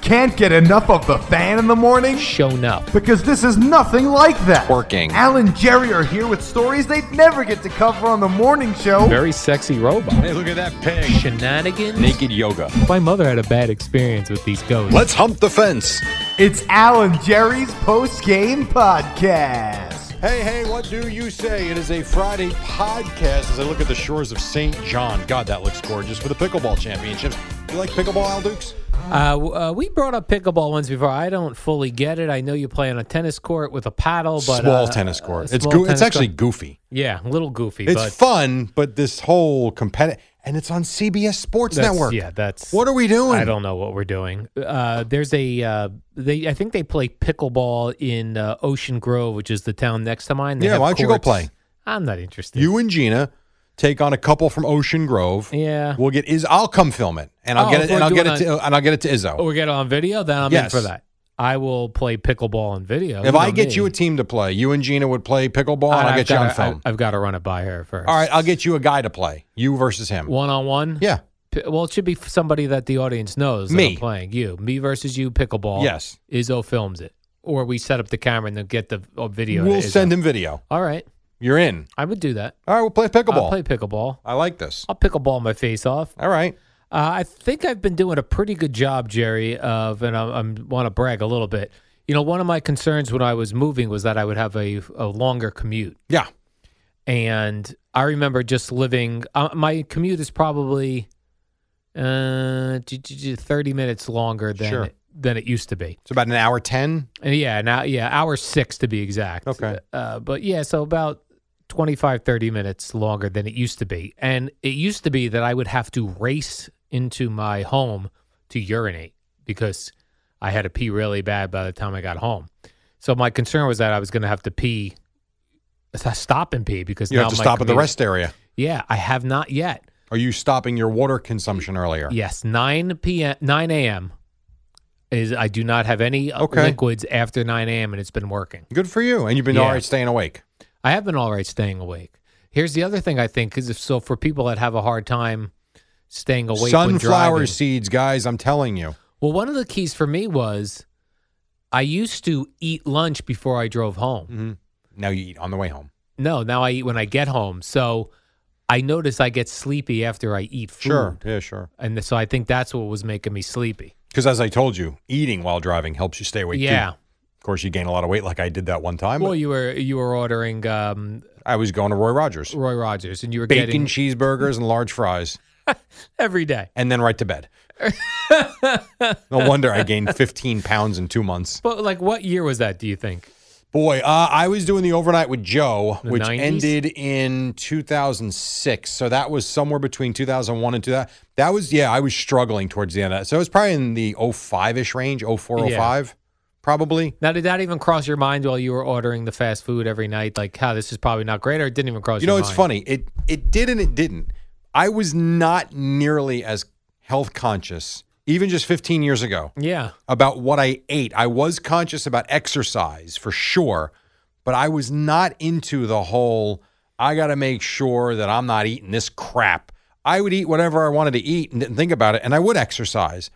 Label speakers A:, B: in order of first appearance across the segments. A: Can't get enough of the fan in the morning?
B: shown up.
A: Because this is nothing like that.
C: Working.
A: Al and Jerry are here with stories they'd never get to cover on the morning show.
B: Very sexy robot.
C: Hey, look at that pig.
B: Shenanigans.
C: Naked yoga.
B: My mother had a bad experience with these ghosts.
C: Let's hump the fence.
A: It's Al and Jerry's post game podcast.
C: Hey, hey, what do you say? It is a Friday podcast as I look at the shores of St. John. God, that looks gorgeous for the pickleball championships. You like pickleball, Al Dukes?
B: Uh, w- uh, we brought up pickleball once before. I don't fully get it. I know you play on a tennis court with a paddle, but
C: small
B: uh,
C: tennis court.
B: a
C: it's
B: small
C: goo it's
B: tennis
C: actually
B: court.
C: goofy.
B: yeah, a little goofy.
C: It's
B: but
C: fun, but this whole competitive and it's on CBS Sports
B: that's-
C: Network.
B: Yeah, that's
C: What are we doing?
B: I don't know what we're doing. Uh, there's a uh, they. I think they play pickleball in uh, Ocean Grove, which is the town next to mine. They
C: Yeah,
B: have
C: why don't you go
B: courts.
C: play?
B: I'm not interested.
C: You and Gina take on a couple from Ocean Grove.
B: Yeah.
C: We'll get is I'll come film it and I'll
B: Oh,
C: get
B: if
C: it
B: we're
C: and I'll get
B: doing
C: it to, and I'll get it to Izzo.
B: or Oh, get it on video. Then I'm
C: Yes.
B: in for that. I will play pickleball on video. You
C: If
B: know
C: I get you
B: me.
C: a team to play, you and Gina would play pickleball, and I'll
B: I've
C: get you on
B: gotta-
C: film.
B: I, have got to run it by her first.
C: All right, I'll get you a guy to play, you versus him.
B: One on one.
C: Yeah.
B: Well, it should be somebody that the audience knows. that
C: Me.
B: I'm playing you, me versus you, pickleball.
C: Yes.
B: Izzo films it, or we set up the camera and then get the uh, video.
C: We'll send him video.
B: All right,
C: You're in.
B: I would do that.
C: All right, we'll play
B: I'll
C: pickleball.
B: play pickleball.
C: I like this.
B: I'll pickleball my face off.
C: All right.
B: Uh, I think I've been doing a pretty good job, Jerry. Of and I, I want to brag a little bit. You know, one of my concerns when I was moving was that I would have a, a longer commute.
C: Yeah.
B: and I remember just living. Uh, my commute is probably uh, d- d- d- thirty minutes longer than
C: Sure.
B: than it used to be.
C: It's about an hour 10.
B: And yeah, now yeah, hour six to be exact.
C: Okay.
B: uh, but yeah, so about 25, 30 minutes longer than it used to be, and it used to be that I would have to race into my home to urinate because I had to pee really bad by the time I got home. So my concern was that I was going to have to pee, stop and pee because
C: You
B: now
C: have to
B: my
C: stop at the
B: commute-
C: rest area.
B: yeah, I have not yet.
C: Are you stopping your water consumption earlier?
B: Yes, nine p.m. nine a.m. is I do not have any uh,
C: Okay.
B: liquids after nine a.m. and it's been working.
C: Good for you. And you've been
B: Yeah.
C: all right staying awake.
B: I have been all right staying awake. Here's the other thing I think is if so for people that have a hard time staying awake when
C: Sunflower
B: driving.
C: seeds, guys, I'm telling you.
B: Well, one of the keys for me was I used to eat lunch before I drove home.
C: Now you eat on the way home.
B: No, now I eat when I get home. So I notice I get sleepy after I eat food.
C: Sure. Yeah, sure.
B: And so I think that's what was making me sleepy.
C: Because as I told you, eating while driving helps you stay awake. too.
B: yeah.
C: Of course, you gain a lot of weight like I did that one time.
B: Well, you were you were ordering um,
C: I was going to Roy Rogers.
B: Roy Rogers, and you were
C: bacon
B: getting
C: cheeseburgers and large fries,
B: every day.
C: and then right to bed. no wonder I gained 15 pounds in two months.
B: But like, what year was that? Do you think?
C: Boy, uh, I was doing the overnight with Joe,
B: The
C: which
B: 90s?
C: ended in 2006. So that was somewhere between 2001 and 2000. That was, yeah, I was struggling towards the end of that. So it was probably in the 05 ish range, 04,
B: Yeah.
C: 05, probably.
B: Now, did that even cross your mind while you were ordering the fast food every night? Like, how this is probably not great, or it didn't even cross
C: You
B: your
C: know,
B: mind?
C: it's funny. It it did and it didn't. I was not nearly as health conscious, even just 15 years ago.
B: Yeah,
C: about what I ate. I was conscious about exercise for sure, but I was not into the whole I got to make sure that I'm not eating this crap. I would eat whatever I wanted to eat and didn't think about it, and I would exercise.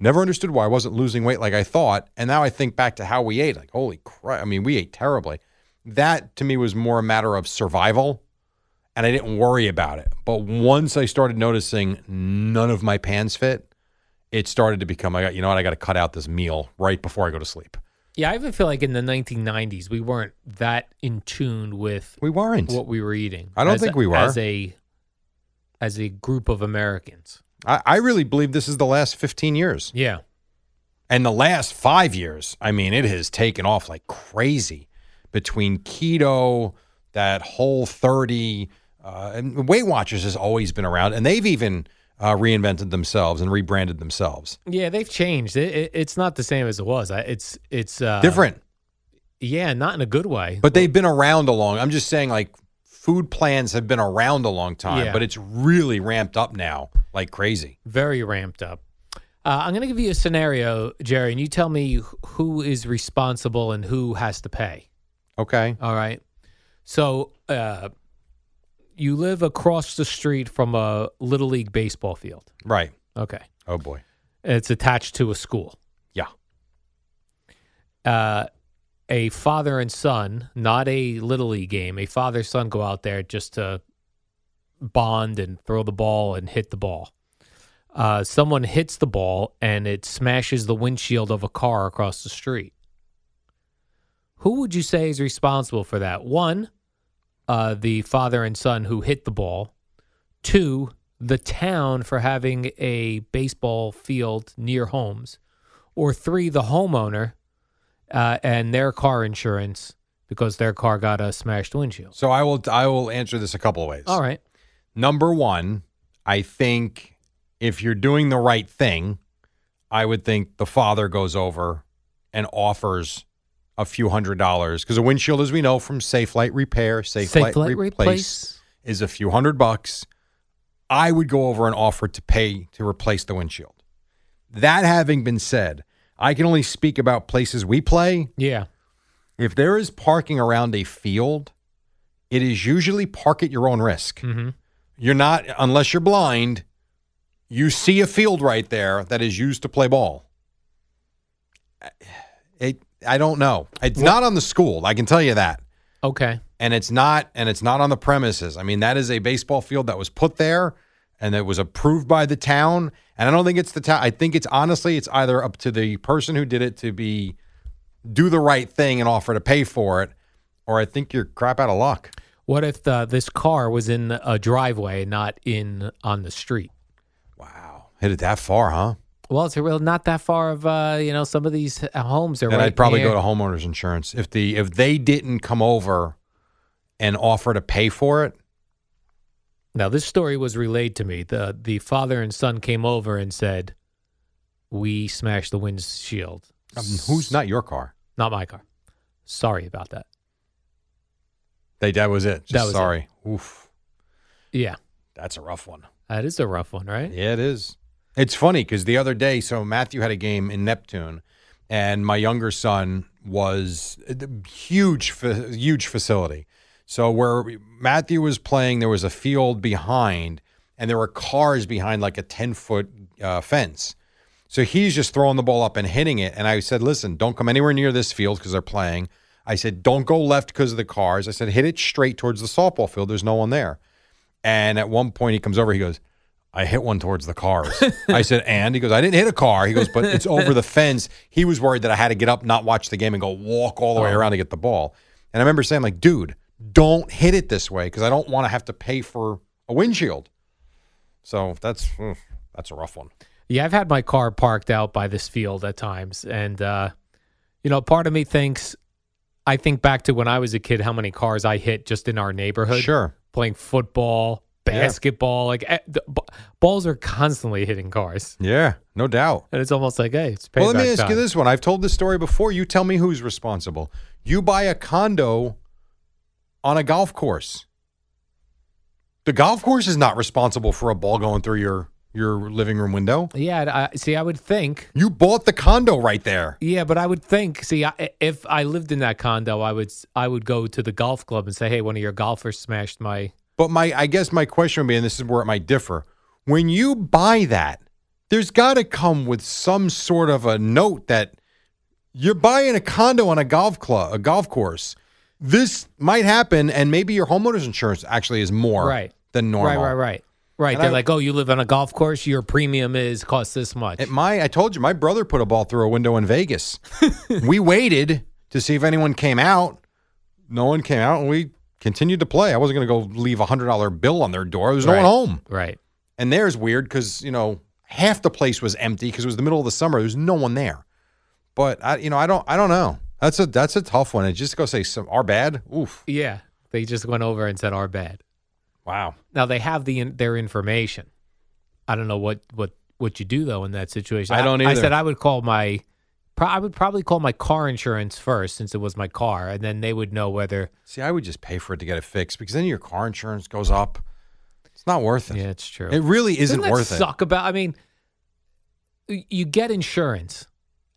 C: Never understood why I wasn't losing weight like I thought. And now I think back to how we ate. Like, holy crap. I mean, we ate terribly. That to me was more a matter of survival, and I didn't worry about it. But once I started noticing none of my pants fit, it started to become I got you know what I got to cut out this meal right before I go to sleep.
B: yeah. I even feel like in the 1990s we weren't that in tune with
C: We weren't.
B: what we were eating.
C: I don't
B: as
C: think
B: a-
C: we were.
B: as a as a group of Americans.
C: I, I really believe this is the last 15 years.
B: Yeah.
C: And the last five years, I mean, it has taken off like crazy between keto, that whole 30, uh, and Weight Watchers has always been around. And they've even uh, reinvented themselves and rebranded themselves.
B: Yeah, they've changed. It, it, it's not the same as it was. I, it's it's uh,
C: Different,
B: Yeah, not in a good way.
C: but they've been around a long I'm just saying, like, food plans have been around a long time,
B: Yeah.
C: but it's really ramped up now like crazy.
B: very ramped up. Uh, I'm going to give you a scenario, Jerry, and you tell me wh- who is responsible and who has to pay.
C: Okay.
B: All right. So uh, you live across the street from a little league baseball field.
C: Right.
B: Okay,
C: Oh, boy.
B: it's attached to a school.
C: Yeah.
B: Uh, a father and son, not a little league game. A father son go out there just to bond and throw the ball and hit the ball. Uh, someone hits the ball and it smashes the windshield of a car across the street. Who would you say is responsible for that? One, uh, the father and son who hit the ball. Two, the town for having a baseball field near homes. Or three, the homeowner uh, and their car insurance because their car got a smashed windshield.
C: So I will I will answer this a couple of ways.
B: All right.
C: Number one, I think if you're doing the right thing, I would think the father goes over and offers a few hundred dollars because a windshield, as we know from Safe Light Repair, Safe, Light, Replace, is a few hundred bucks. I would go over and offer to pay to replace the windshield. That having been said, I can only speak about places we play
B: Yeah.
C: if there is parking around a field, it is usually park at your own risk.
B: hmm
C: You're not, unless you're blind, you see a field right there that is used to play ball. It, I don't know. It's not on the school. I can tell you that.
B: Okay.
C: And it's not, and it's not on the premises. I mean, that is a baseball field that was put there and that was approved by the town. And I don't think it's the town. I think it's honestly, it's either up to the person who did it to be do the right thing and offer to pay for it, or I think you're crap out of luck.
B: What if the, this car was in a driveway, not in on the street?
C: Wow, hit it that far, huh?
B: Well, it's a real not that far of uh, you know some of these uh, homes are.
C: Then
B: right
C: I'd probably
B: near-
C: go to homeowners insurance if the if they didn't come over and offer to pay for it.
B: Now this story was relayed to me. the The father and son came over and said, "We smashed the windshield.
C: I mean, Um, who's not your car?
B: Not my car. Sorry about that.
C: They that was it. Just
B: That was it.
C: sorry. Oof,
B: Yeah,
C: that's a rough one.
B: that is a rough one, right?
C: Yeah, it is. It's funny because the other day, so Matthew had a game in Neptune, and my younger son was a huge, fa- huge facility. So where Matthew was playing, there was a field behind, and there were cars behind like a ten foot uh, fence. So he's just throwing the ball up and hitting it. And I said, listen, don't come anywhere near this field because they're playing. I said, don't go left because of the cars. I said, hit it straight towards the softball field. There's no one there. And at one point, he comes over. He goes, I hit one towards the cars. I said, and he goes, I didn't hit a car. He goes, but it's over the fence. He was worried that I had to get up, not watch the game, and go walk all the way around to get the ball. And I remember saying, like, dude, don't hit it this way because I don't want to have to pay for a windshield. So that's mm, that's a rough one.
B: Yeah, I've had my car parked out by this field at times, and uh, you know, part of me thinks, I think back to when I was a kid, how many cars I hit just in our neighborhood,
C: Sure.
B: playing football,
C: Yeah.
B: basketball, like eh, the, b- balls are constantly hitting cars,
C: Yeah, no doubt.
B: and it's almost like, hey, it's payback
C: Well, let me ask
B: time.
C: you this one. I've told this story before. You tell me who's responsible. You buy a condo on a golf course. The golf course is not responsible for a ball going through your your living room window.
B: Yeah, I, see, I would think.
C: You bought the condo right there.
B: Yeah, but I would think. See, I, if I lived in that condo, I would s- I would go to the golf club and say, "Hey, one of your golfers smashed my."
C: But my I guess my question would be, and this is where it might differ. When you buy that, there's got to come with some sort of a note that you're buying a condo on a golf club, a golf course. This might happen, and maybe your homeowner's insurance actually is more
B: Right.
C: than normal.
B: Right, right, right, right.
C: And
B: They're
C: I-
B: like, "Oh, you live on a golf course. Your premium is costs this much."
C: At my, I told you, my brother put a ball through a window in Vegas. we waited to see if anyone came out. No one came out, and we continued to play. I wasn't going to go leave a hundred dollar bill on their door. There was no
B: Right.
C: one home.
B: right.
C: And there's weird because, you know, half the place was empty because it was the middle of the summer. There's no one there. But I, you know, I don't, I don't know. That's a that's a tough one. And just to go say some are bad. Oof.
B: Yeah, they just went over and said our bad.
C: Wow.
B: Now they have the in, their information. I don't know what what what you do though in that situation.
C: I don't
B: I
C: either.
B: said I would call my. Pro- I would probably call my car insurance first since it was my car, and then they would know whether.
C: See, I would just pay for it to get it fixed because then your car insurance goes up. It's not worth it.
B: Yeah, it's true.
C: It really isn't
B: Doesn't that
C: worth it.
B: suck about? I mean, y- you get insurance,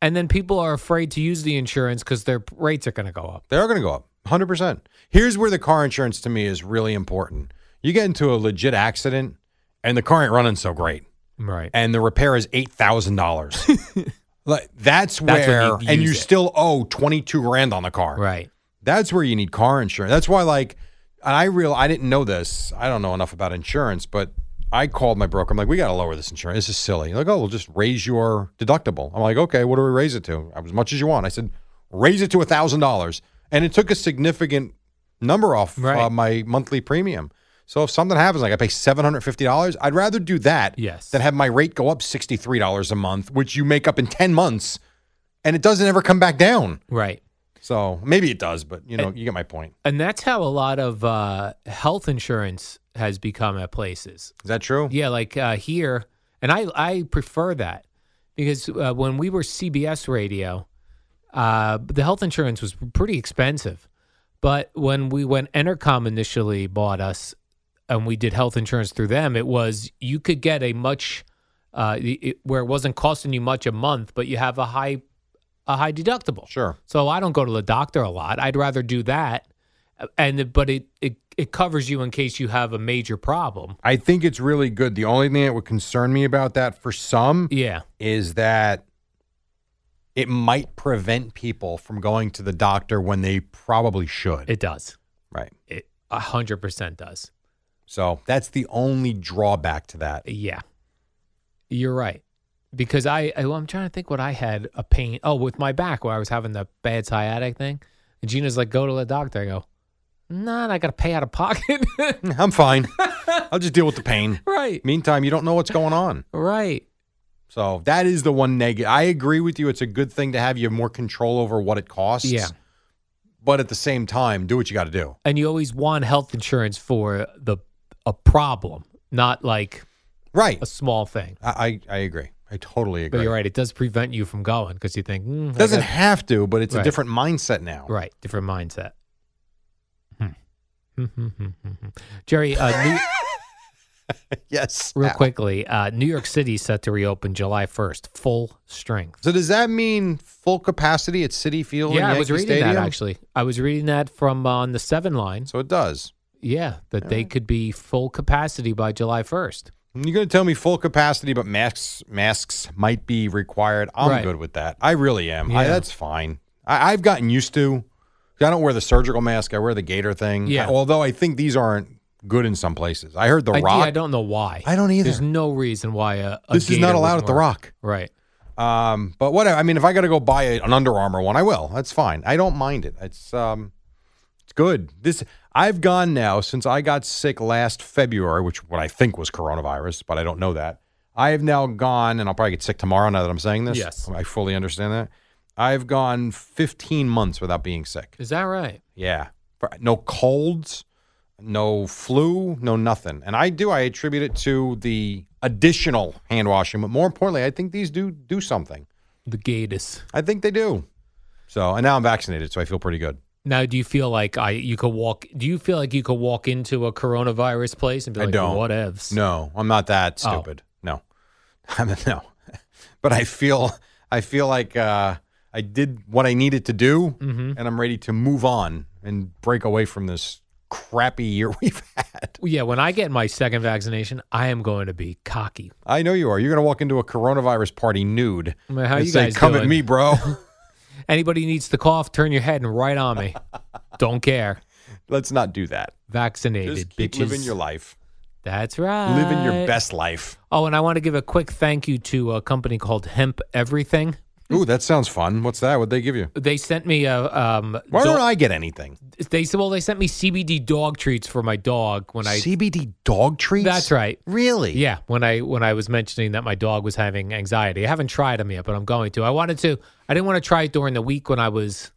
B: and then people are afraid to use the insurance because their p- rates are going to go up.
C: They are going to go up 100%. Here's where the car insurance to me is really important. You get into a legit accident and the car ain't running so great,
B: Right.
C: and the repair is $8,000. like, that's
B: when
C: where,
B: you'd
C: and
B: use
C: you
B: it.
C: still owe 22 grand on the car.
B: right.
C: That's where you need car insurance. That's why, like, and I real I didn't know this. I don't know enough about insurance, but I called my broker. I'm like, we got to lower this insurance. This is silly. Like, oh, we'll just raise your deductible. I'm like, okay, what do we raise it to? As much as you want. I said, raise it to a thousand dollars, and it took a significant number off
B: Right.
C: uh, my monthly premium. So if something happens, like I pay seven hundred fifty dollars, I'd rather do that
B: Yes.
C: than have my rate go up sixty three dollars a month, which you make up in ten months, and it doesn't ever come back down.
B: Right.
C: So maybe it does, but you know, you get my point.
B: And that's how a lot of uh, health insurance has become at places.
C: Is that true?
B: Yeah, like uh, here, and I I prefer that because uh, when we were CBS radio, uh, the health insurance was pretty expensive. But when we when Entercom initially bought us, and we did health insurance through them, it was you could get a much uh, it, it- where it wasn't costing you much a month, but you have a high a high deductible.
C: Sure.
B: So I don't go to the doctor a lot. I'd rather do that, uh, and it- but it it, it covers you in case you have a major problem.
C: I think it's really good. The only thing that would concern me about that for some
B: Yeah.
C: is that it might prevent people from going to the doctor when they probably should.
B: It does.
C: right.
B: It a hundred percent does.
C: So that's the only drawback to that.
B: Yeah, you're right. Because I, I I'm trying to think what I had a pain. Oh, with my back where I was having the bad sciatic thing. And Gina's like, go to the doctor. I go, nah, I got to pay out of pocket.
C: I'm fine. I'll just deal with the pain.
B: right,
C: Meantime, you don't know what's going on.
B: right.
C: So that is the one negative. I agree with you. It's a good thing to have you have more control over what it costs.
B: Yeah.
C: But at the same time, do what you got to do.
B: And you always want health insurance for the a problem, not like
C: Right.
B: a small thing.
C: I, I, I agree. I totally agree.
B: But you're right. It does prevent you from going because you think mm, I
C: It doesn't
B: got-
C: have to, but it's
B: Right.
C: a different mindset now.
B: Right, different mindset. Hmm. Jerry, uh, New,
C: Yes.
B: real
C: Ow.
B: quickly, uh, New York City is set to reopen July 1st, full strength.
C: So does that mean full capacity at City Field?
B: yeah,
C: and
B: I was
C: Yankee
B: reading
C: Stadium?
B: that actually. I was reading that from uh, on the seven line.
C: So it does.
B: Yeah, that they could be full capacity by July 1st.
C: You're going to tell me full capacity, but masks masks might be required. I'm
B: Right.
C: good with that. I really am. I,
B: Yeah.
C: that's fine. I, I've gotten used to. I don't wear the surgical mask. I wear the gator thing.
B: Yeah.
C: although I think these aren't good in some places. I heard the
B: I, yeah,
C: Rock.
B: I don't know why.
C: I don't either.
B: There's no reason why a, a
C: this is
B: gator
C: not allowed
B: wouldn't
C: at the
B: work.
C: Rock.
B: Right.
C: Um, but whatever. I mean, if I got to go buy a, an Under Armour one, I will. That's fine. I don't mind it. It's um, it's good. This I've gone now since I got sick last February, which what I think was coronavirus, but I don't know that. I have now gone, and I'll probably get sick tomorrow. Now that I'm saying this,
B: Yes.
C: I fully understand that. I've gone 15 months without being sick.
B: Is that right?
C: Yeah, For- no colds, no flu, no nothing. And I do. I attribute it to the additional hand washing, but more importantly, I think these do do something.
B: The gators.
C: I think they do. So, and now I'm vaccinated, so I feel pretty good.
B: Now, do you feel like I you could walk? Do you feel like you could walk into a coronavirus place and be
C: I
B: like,
C: don't.
B: "What evs?"
C: No, I'm not that
B: Oh.
C: stupid. No, I'm no. but I feel, I feel like uh, I did what I needed to do,
B: Mm-hmm.
C: and I'm ready to move on and break away from this crappy year we've had.
B: Yeah, when I get my second vaccination, I am going to be cocky.
C: I know you are. You're gonna walk into a coronavirus party nude
B: I mean, how
C: and
B: you
C: say,
B: guys
C: "Come at
B: doing?"
C: me, bro."
B: Anybody needs to cough, turn your head and right on me. Don't care.
C: Let's not do that.
B: Vaccinated,
C: Just keep
B: bitches. Uh,
C: living your life,
B: That's right.
C: living your best life.
B: Oh, and I want to give a quick thank you to a company called Hemp Everything.
C: Ooh, that sounds fun. What's that? What'd they give you?
B: They sent me a um.
C: Why
B: dog-
C: don't I get anything?
B: They said, well, they sent me CBD dog treats for my dog when I.
C: CBD dog treats?
B: That's right.
C: Really?
B: Yeah, when I when I was mentioning that my dog was having anxiety, I haven't tried them yet, but I'm going to. I wanted to. I didn't want to try it during the week when I was.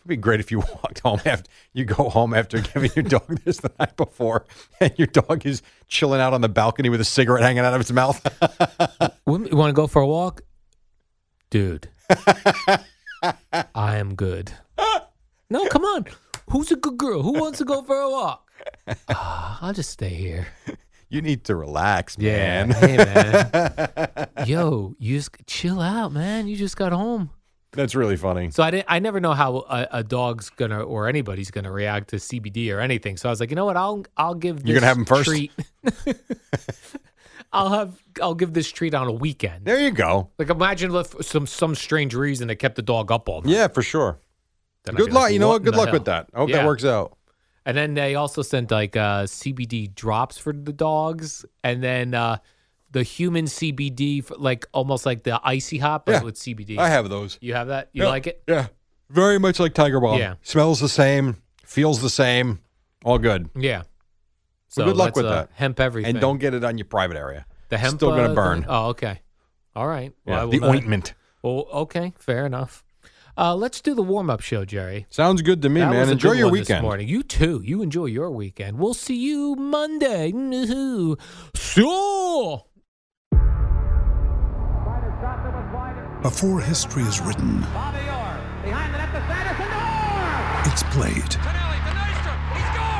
C: It'd be great if you walked home after you go home after giving your dog this the night before, and your dog is chilling out on the balcony with a cigarette hanging out of its mouth.
B: Wouldn't- You want to go for a walk, dude? I am good. No, come on. Who's a good girl? Who wants to go for a walk? Ah, I'll just stay here.
C: you need to relax,
B: Yeah,
C: man.
B: hey man. Yo, you just chill out, man. You just got home.
C: That's really funny.
B: So I didn't. I never know how a, a dog's gonna or anybody's gonna react to CBD or anything. So I was like, you know what? I'll I'll give. This
C: You're gonna have 'em first?
B: Treat. I'll have. I'll give this treat on a weekend.
C: There you go.
B: Like imagine if some some strange reason that kept the dog up all night.
C: Yeah, for sure.
B: Then I'd
C: Good
B: be
C: luck.
B: like,
C: you know what?
B: in
C: Good
B: the
C: luck with
B: hell?
C: that. I hope
B: Yeah.
C: that works out.
B: And then they also sent like uh, CBD drops for the dogs, and then uh, the human CBD, for, like almost like the icy hot, but
C: Yeah.
B: with CBD.
C: I have those.
B: You have that? You
C: Yeah.
B: like it?
C: Yeah. Very much like Tiger Bomb.
B: Yeah.
C: Smells the same, feels the same, all good.
B: Yeah. So
C: Well, good luck
B: that's,
C: with
B: uh,
C: that.
B: Hemp everything.
C: And don't get it on your private area.
B: The hemp
C: still gonna
B: uh,
C: burn.
B: thing? Oh, okay. All right. Well, I
C: Yeah.
B: will
C: The
B: not-
C: ointment.
B: Well, okay. Fair enough. Uh, let's do the warm up show, Jerry.
C: Sounds good to me,
B: That was
C: man.
B: a
C: Enjoy
B: good
C: your
B: one this
C: weekend.
B: morning. You too. You enjoy your weekend. We'll see you Monday. Woohoo. So. oh,
D: Before history is written, it's played.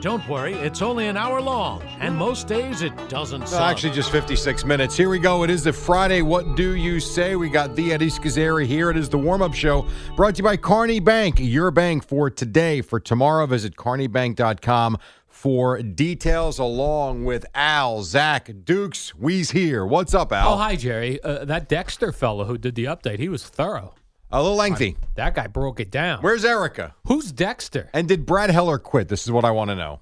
E: Don't worry, it's only an hour long, and most days it doesn't
C: Well,
E: suck.
C: actually, just 56 minutes. Here we go. It is the Friday. What do you say? We got the Eddie Scazzeri here. It is the warm up show brought to you by Carney Bank, your bank for today. For tomorrow, visit carneybank.com for details along with Al, Zach, Dukes. We's here. What's up, Al?
B: Oh, hi, Jerry. Uh, that Dexter fellow who did the update, he was thorough.
C: A little lengthy.
B: That guy broke it down.
C: Where's Erica?
B: Who's Dexter?
C: And did Brad Heller quit? This is what I want to know.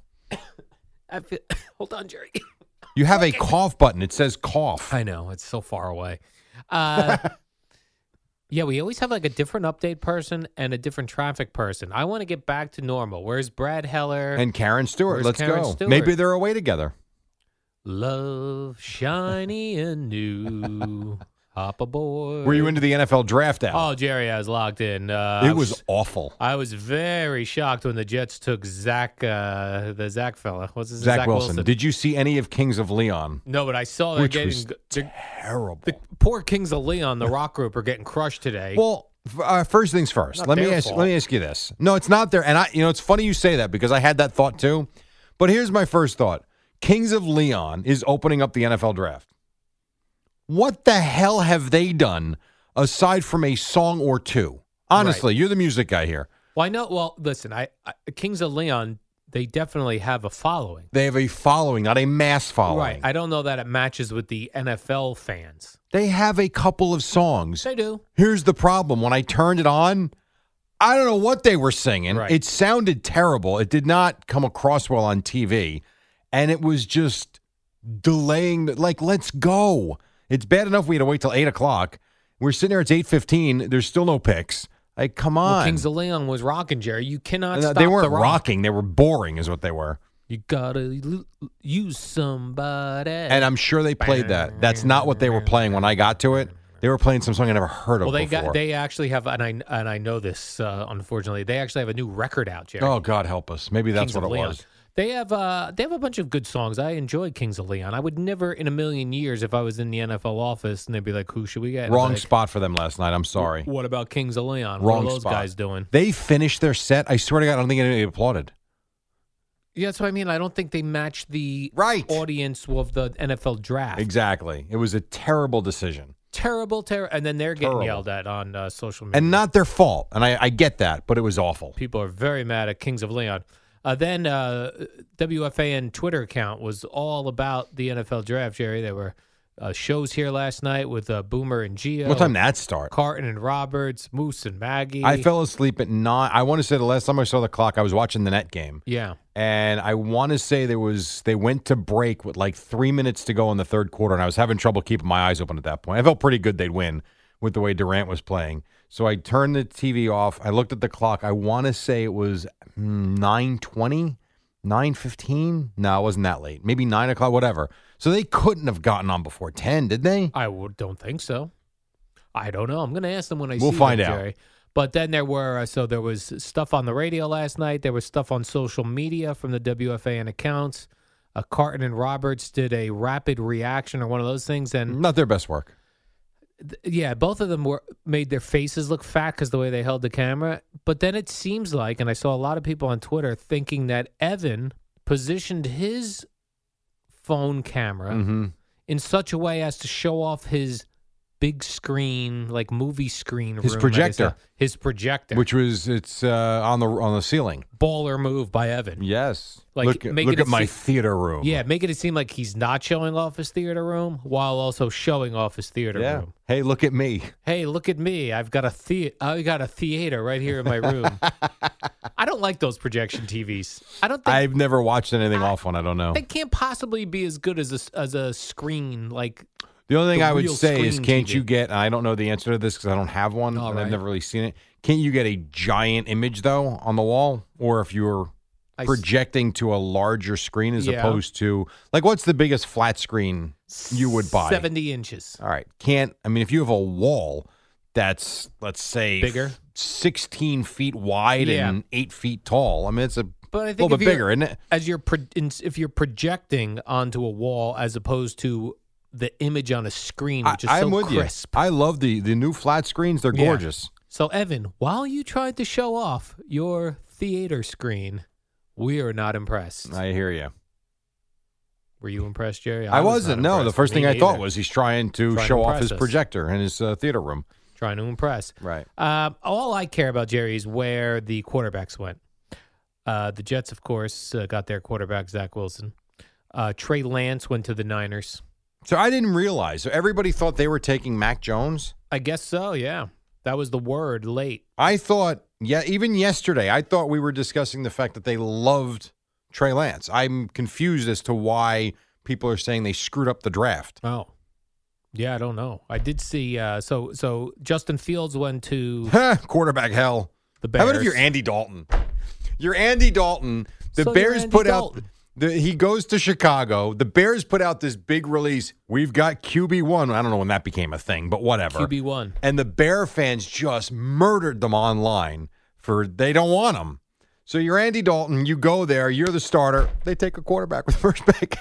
B: I feel, hold on, Jerry.
C: You have a cough button. It says cough.
B: I know it's so far away. Uh, yeah, we always have like a different update person and a different traffic person. I want to get back to normal. Where's Brad Heller?
C: And Karen Stewart.
B: Where's
C: Let's
B: Karen
C: go.
B: Stewart?
C: Maybe they're away together.
B: love shiny and new. Hop aboard.
C: Were you into the NFL draft, Al?
B: Oh, Jerry, I was logged in. Uh, I
C: it was awful.
B: I was very shocked when the Jets took Zach, uh, the Zach fella. What's his name?
C: Zach, Wilson. Did you see any of Kings of Leon?
B: No, but I saw they're
C: Which
B: getting
C: was
B: they're-
C: Terrible.
B: the poor Kings of Leon, the rock group, are getting crushed today.
C: well, f- uh, first things first.
B: Not
C: let me
B: their
C: ask.
B: fault.
C: Let me ask you this. No, it's not there. And I, you know, it's funny you say that because I had that thought too. But here's my first thought: Kings of Leon is opening up the NFL draft. What the hell have they done aside from a song or two? Honestly, you're the music guy here.
B: Well, I know. Well, listen, I, I Kings of Leon, they definitely have a following.
C: They have a following, not a mass following.
B: Right. I don't know that it matches with the NFL fans.
C: they have a couple of songs.
B: They do.
C: Here's the problem. When I turned it on, I don't know what they were singing.
B: Right.
C: It sounded terrible. It did not come across well on TV. And it was just delaying the- like, let's go. It's bad enough we had to wait till eight o'clock. We're sitting there, it's eight fifteen. There's still no picks. Like, come on.
B: Well, Kings of Leon was rocking, Jerry. You cannot.
C: And, uh,
B: stop
C: they weren't
B: the rock.
C: rocking, they were boring, is what they were.
B: You gotta l- use somebody.
C: And I'm sure they played that. That's not what they were playing when I got to it. They were playing some song I never heard of
B: well, they
C: before.
B: got. They actually have, and I and I know this. Uh, unfortunately, they actually have a new record out, Jerry.
C: oh, God help us. Maybe that's
B: Kings
C: what
B: of
C: it
B: Leon.
C: was.
B: They have uh, they have a bunch of good songs. I enjoy Kings of Leon. I would never in a million years if I was in the NFL office and they'd be like, "Who should we get?" And I'd be
C: Wrong
B: like,
C: spot for them last night. I'm sorry.
B: What about Kings of Leon? what
C: Wrong
B: are those
C: spot.
B: guys doing?
C: They finished their set. I swear to God, I don't think anybody applauded.
B: Yeah, that's what I mean. I don't think they match the
C: Right.
B: audience of the NFL draft.
C: Exactly. It was a terrible decision.
B: terrible, terrible. And then they're getting
C: Terrible.
B: yelled at on uh, social media.
C: and not their fault. And I, I get that, but it was awful.
B: people are very mad at Kings of Leon. Uh, then uh, WFAN Twitter account was all about the NFL draft, Jerry. There were uh, shows here last night with uh, Boomer and Gio.
C: What time did that start?
B: Carton and Roberts, Moose and Maggie.
C: I fell asleep at nine. I want to say the last time I saw the clock, I was watching the net game,
B: yeah.
C: and I want to say there was they went to break with like three minutes to go in the third quarter, and I was having trouble keeping my eyes open at that point. I felt pretty good they'd win with the way Durant was playing, so I turned the TV off. I looked at the clock. I want to say it was hmm, nine twenty. 9.15? No, it wasn't that late. Maybe 9 o'clock, whatever. So they couldn't have gotten on before 10, did they?
B: I would, don't think so. I don't know. I'm going to ask them when I
C: We'll
B: see
C: find
B: them,
C: out.
B: Jerry. But then there were uh, so there was stuff on the radio last night. There was stuff on social media from the WFAN accounts. Uh, Carton and Roberts did a rapid reaction or one of those things, and
C: Not their best work. Mm-hmm.
B: th- yeah, both of them were made their faces look fat because the way they held the camera. But then it seems like, and I saw a lot of people on Twitter thinking that Evan positioned his phone camera
C: Mm-hmm.
B: in such a way as to show off his big screen, like movie screen, room,
C: His
B: I guess,
C: projector.
B: uh, his projector,
C: Which was it's uh, on the on the ceiling.
B: baller move by Evan.
C: Yes.
B: Like,
C: look
B: make
C: look
B: it
C: at
B: a
C: my
B: se-
C: theater room.
B: Yeah, making it seem like he's not showing off his theater room while also showing off his theater
C: Yeah.
B: room.
C: Hey, look at me.
B: Hey, look at me! I've got a the- I got a theater right here in my room. I don't like those projection TVs. I don't think
C: I've never watched anything off one. I don't know.
B: they can't possibly be as good as a, s- as a screen. Like
C: The only thing
B: the
C: I would
B: real
C: say is,
B: screen
C: can't
B: TV.
C: you get? and I don't know the answer to this because I don't have one
B: All
C: and I've
B: right.
C: never really seen it. Can't you get a giant image though on the wall, or if you're
B: I s-
C: projecting to a larger screen as
B: Yeah.
C: opposed to like what's the biggest flat screen you would buy? Oh.
B: seventy inches.
C: All right. Can't I mean if you have a wall that's let's say
B: Bigger?
C: sixteen feet wide
B: Yeah.
C: and eight feet tall. I mean it's a
B: But I think
C: little
B: if
C: bit
B: you're-
C: bigger, isn't it?
B: As you're pro- in- if you're projecting onto a wall as opposed to the image on a screen, which is
C: I,
B: so
C: am with
B: crisp.
C: you. I love the the new flat screens. They're
B: Yeah.
C: gorgeous.
B: So Evan, while you tried to show off your theater screen, we are not impressed.
C: I hear you.
B: Were you impressed, Jerry?
C: I,
B: was
C: wasn't.
B: not
C: no, the
B: impressed.
C: first
B: Me
C: thing I thought
B: neither.
C: was he's trying to
B: Trying to
C: show off
B: impress
C: his
B: us.
C: projector in his uh, theater room.
B: trying to impress.
C: Right.
B: Um, all I care about, Jerry, is where the quarterbacks went. Uh, the Jets, of course, uh, got their quarterback Zach Wilson. Uh, Trey Lance went to the Niners.
C: So I didn't realize. So everybody thought they were taking Mac Jones.
B: I guess so. Yeah, that was the word late.
C: I thought, yeah, even yesterday, I thought we were discussing the fact that they loved Trey Lance. I'm confused as to why people are saying they screwed up the draft.
B: Oh, yeah. I don't know. I did see. Uh, so so Justin Fields went to
C: Huh, quarterback hell.
B: the
C: How
B: Bears.
C: about if you're Andy Dalton? You're Andy Dalton. The
B: So you're
C: Bears
B: Andy
C: put out.
B: Dalton.
C: The, he goes to Chicago. The Bears put out this big release. We've got QB one. I don't know when that became a thing, but whatever.
B: QB one?
C: And the Bear fans just murdered them online for they don't want him. So you're Andy Dalton. You go there. You're the starter. They take a quarterback with first pick.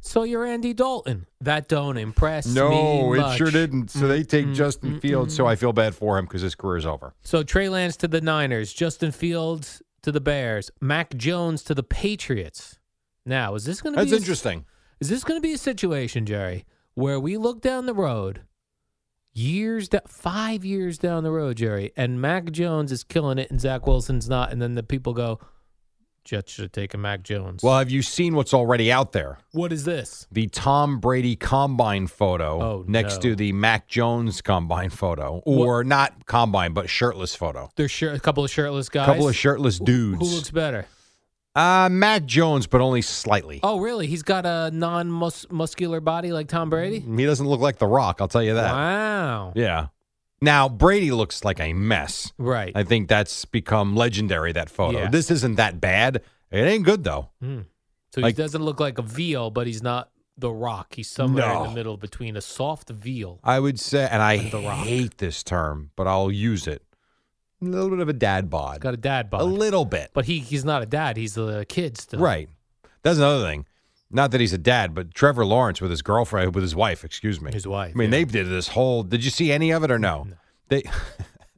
B: So you're Andy Dalton. That don't impress
C: no,
B: me
C: it sure
B: much. Mm,
C: didn't. So they take Justin Fields. So I feel bad for him because his career is over.
B: So Trey Lance to the Niners, Justin Fields to the Bears, Mac Jones to the Patriots. Now, is this going to
C: That's
B: be a-
C: interesting.
B: is this going to be a situation, Jerry, where we look down the road, years da- five years down the road, Jerry, and Mac Jones is killing it and Zach Wilson's not, and then the people go, Jets should have taken Mac Jones.
C: Well, have you seen what's already out there?
B: what is this?
C: the Tom Brady combine photo
B: Oh,
C: next
B: no.
C: to the Mac Jones combine photo, or not combine, but shirtless photo.
B: There's shir- a couple of shirtless
C: A
B: guys.
C: couple of shirtless
B: Who
C: dudes.
B: looks better?
C: uh, Mac Jones, but only slightly.
B: Oh, really? He's got a non-muscular body like Tom Brady.
C: He doesn't look like The Rock, I'll tell you Mm, that.
B: Wow.
C: Yeah. Now, Brady looks like a mess.
B: Right.
C: I think that's become legendary, that photo.
B: Yeah.
C: This isn't that bad. It ain't good, though.
B: Mm. So
C: Like-
B: he doesn't look like a veal, but he's not the rock. He's somewhere in
C: No.
B: the middle between a soft veal.
C: I would say, and I
B: The Rock.
C: hate this term, but I'll use it. A little bit of a dad bod.
B: Got a dad bod.
C: A little bit.
B: but he he's not a dad. He's a kid still.
C: Right. That's another thing. Not that he's a dad, but Trevor Lawrence with his girlfriend, with his wife, excuse me.
B: His wife,
C: I mean,
B: yeah.
C: they did this whole. Did you see any of it or no? They.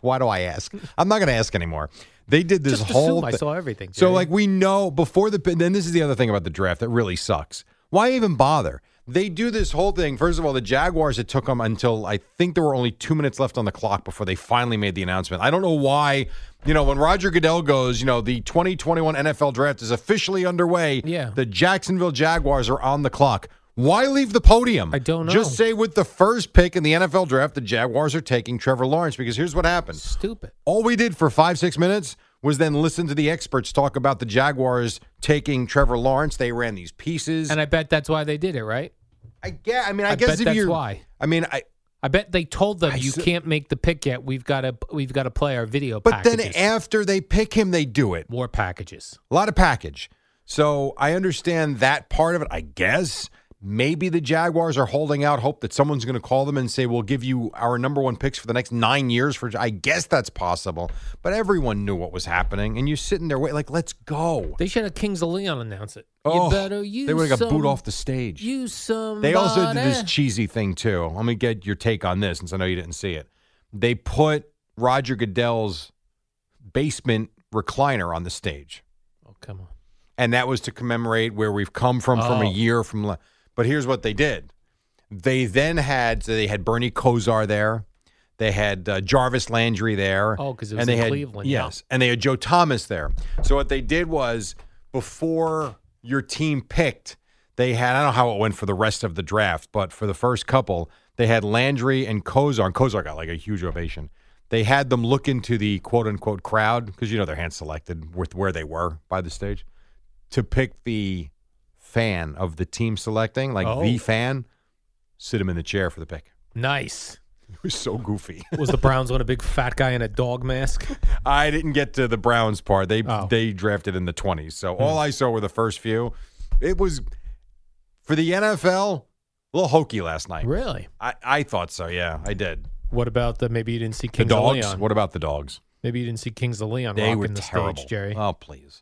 C: Why do I ask? I'm not going to ask anymore. They did this
B: Just
C: whole.
B: assume I
C: thi-
B: saw everything.
C: so,
B: Jerry.
C: like, we know before the. Then this is the other thing about the draft that really sucks. Why even bother? They do this whole thing. First of all, the Jaguars, it took them until I think there were only two minutes left on the clock before they finally made the announcement. I don't know why, you know, when Roger Goodell goes, you know, the 2021 NFL draft is officially underway.
B: Yeah.
C: The Jacksonville Jaguars are on the clock. Why leave the podium?
B: I don't know.
C: Just say with the first pick in the NFL draft, the Jaguars are taking Trevor Lawrence because here's what happened.
B: Stupid.
C: All we did for five, six minutes was then listen to the experts talk about the Jaguars taking Trevor Lawrence. They ran these pieces.
B: And I bet that's why they did it, right?
C: I guess. I mean, I,
B: I
C: guess
B: bet
C: if
B: that's
C: you're.
B: why.
C: I mean, I.
B: I bet they told them
C: I
B: you
C: s-
B: can't make the pick yet. We've got to we've got to play our video
C: But
B: packages.
C: then after they pick him, they do it.
B: more packages.
C: A lot of package. So I understand that part of it. I guess maybe the Jaguars are holding out hope that someone's going to call them and say, "We'll give you our number one picks for the next nine years." For I guess that's possible. But everyone knew what was happening, and you're sitting there waiting, like, "Let's go."
B: They should have Kings of Leon announce it.
C: Oh,
B: you better use
C: they would have got
B: some-
C: booed off the stage.
B: Use some.
C: They also did this cheesy thing too. Let me get your take on this, since I know you didn't see it. They put Roger Goodell's basement recliner on the stage,
B: Oh come on!
C: and that was to commemorate where we've come from from a
B: Oh.
C: year from. la- But here's what they did: they then had so they had Bernie Kosar there, they had uh, Jarvis Landry there.
B: Oh, 'cause it was
C: and they
B: in
C: had,
B: Cleveland, yeah.
C: Yes, and they had Joe Thomas there. So what they did was before your team picked, they had I don't know how it went for the rest of the draft, but for the first couple, they had Landry and Kozar. And Kozar got like a huge ovation. They had them look into the quote unquote crowd because you know they're hand selected with where they were by the stage to pick the fan of the team selecting, like
B: Oh.
C: the fan, sit him in the chair for the pick.
B: Nice.
C: It was so goofy.
B: Was the Browns one a big fat guy in a dog mask?
C: I didn't get to the Browns part. They
B: Oh. Hmm.
C: they drafted in the 20s. So all I saw were the first few. It was for the NFL, a little hokey last night.
B: really?
C: I, I thought so, yeah. I did.
B: What about the maybe you didn't see
C: The
B: Kings of
C: dogs?
B: Leon?
C: What about the dogs?
B: Maybe you didn't see Kings of Leon
C: They
B: rocking
C: were
B: the
C: terrible.
B: stage, Jerry.
C: Oh, please.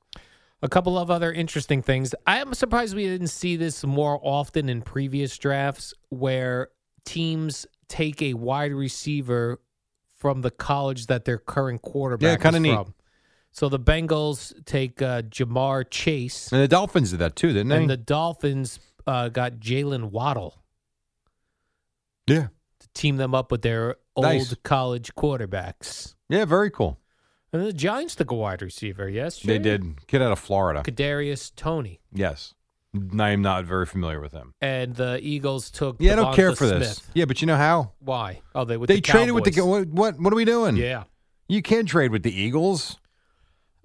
B: A couple of other interesting things. I am surprised we didn't see this more often in previous drafts where teams take a wide receiver from the college that their current quarterback
C: Yeah,
B: is
C: kinda neat.
B: from. So the Bengals take uh, Jamar Chase,
C: And the Dolphins did that too, didn't they?
B: and the Dolphins uh, got Jalen Waddle
C: yeah.
B: to team them up with their old
C: Nice.
B: college quarterbacks.
C: Yeah, very cool.
B: And the Giants took a wide receiver, yes?
C: They
B: Jerry?
C: did. Kid out of Florida.
B: Kadarius Tony.
C: Yes. I'm not very familiar with him.
B: And the Eagles took
C: Yeah, I don't
B: Devonta
C: care for
B: Smith.
C: this. Yeah, but you know how?
B: Why? Oh, they with
C: they
B: the
C: traded with the
B: Cowboys.
C: what, what what are we doing?
B: Yeah,
C: You can trade with the Eagles.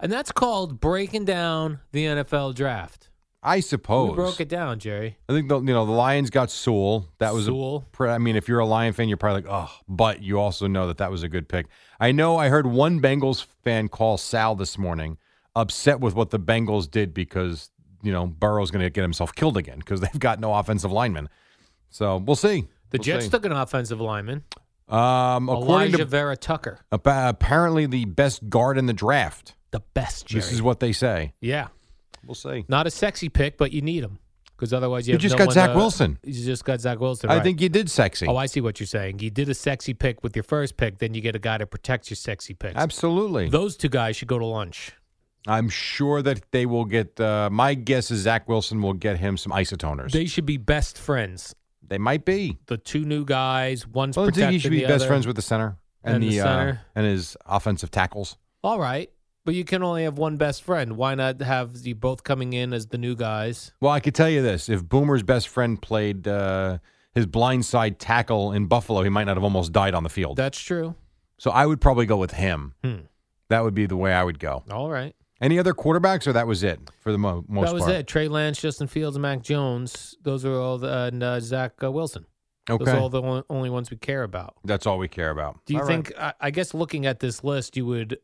B: and that's called breaking down the NFL draft.
C: I
B: We
C: suppose.
B: broke it down, Jerry.
C: I think the you know the Lions got Sewell. That was
B: Sewell.
C: A, pre- I mean, if you're a Lion fan, you're probably like, oh, but you also know that that was a good pick. I know I heard one Bengals fan call Sal this morning, upset with what the Bengals did because you know Burrow's going to get himself killed again because they've got no offensive linemen. So we'll see.
B: The
C: We'll
B: Jets
C: see.
B: took an offensive lineman,
C: um, according
B: Elijah
C: to
B: Vera Tucker,
C: ap- apparently the best guard in the draft.
B: the best. Jerry.
C: This is what they say.
B: Yeah,
C: We'll see.
B: not a sexy pick, but you need him because otherwise you,
C: You
B: have
C: just
B: no
C: got
B: one
C: Zach
B: to-
C: Wilson.
B: You just got Zach Wilson.
C: I
B: right.
C: think you did sexy.
B: Oh, I see what you're saying. You did a sexy pick with your first pick, then you get a guy to protect your sexy picks.
C: Absolutely.
B: Those two guys should go to lunch.
C: I'm sure that they will get. Uh, my guess is Zach Wilson will get him some isotoners. They,
B: They should be best friends.
C: might be.
B: The two new guys, one's
C: Well, I think
B: protecting
C: he should be
B: the
C: best
B: other.
C: friends with the center and,
B: And
C: the,
B: the
C: Uh,
B: center.
C: and his offensive tackles.
B: All right, but you can only have one best friend. Why not have you both coming in as the new guys?
C: Well, I could tell you this: if Boomer's best friend played uh, his blindside tackle in Buffalo, he might not have almost died on the field.
B: That's true.
C: so I would probably go with him.
B: Hmm.
C: That would be the way I would go.
B: All right.
C: Any other quarterbacks, or that was it for the mo- most
B: that was
C: part?
B: it. Trey Lance, Justin Fields, Mac Jones. Those are all the and uh, Zach uh, Wilson.
C: Okay,
B: Those are all the on- only ones we care about.
C: that's all we care about.
B: Do you
C: All right.
B: think? I, I guess looking at this list, you would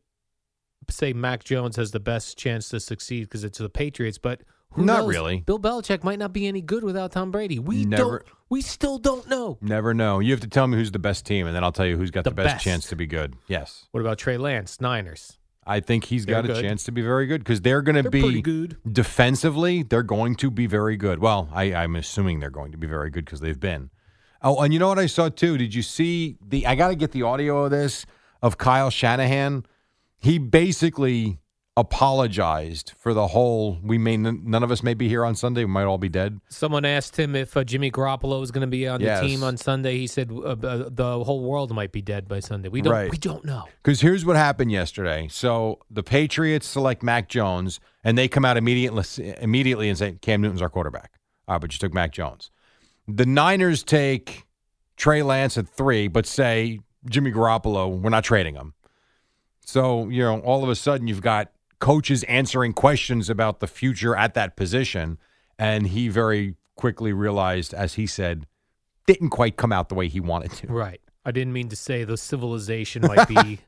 B: say Mac Jones has the best chance to succeed because it's the Patriots, but. Who
C: Not
B: knows?
C: really.
B: Bill Belichick might not be any good without Tom Brady. We
C: Never-
B: don't. We still don't know.
C: Never know. You have to tell me who's the best team, and then I'll tell you who's got the,
B: The
C: best,
B: best.
C: chance to be good. Yes.
B: What about Trey Lance? Niners.
C: I think he's got
B: They're
C: a
B: good.
C: chance to be very good because they're going to
B: They're
C: be
B: pretty good.
C: defensively. They're going to be very good. Well, I, I'm assuming they're going to be very good because they've been. Oh, and you know what I saw too? Did you see the? I got to get the audio of this of Kyle Shanahan. He basically apologized for the whole. We may none of us may be here on Sunday. We might all be dead.
B: Someone asked him if uh, Jimmy Garoppolo was going to be on
C: Yes.
B: the team on Sunday. He said uh, uh, the whole world might be dead by Sunday. We don't.
C: Right.
B: We don't know.
C: Because here's what happened yesterday. So the Patriots select Mac Jones, and they come out immediately immediately and say Cam Newton's our quarterback. Ah, but you took Mac Jones. The Niners take Trey Lance at three, but say Jimmy Garoppolo, we're not trading him. So you know, all of a sudden you've got coaches answering questions about the future at that position, and he very quickly realized, as he said, didn't quite come out the way he wanted to.
B: Right. I didn't mean to say the civilization might be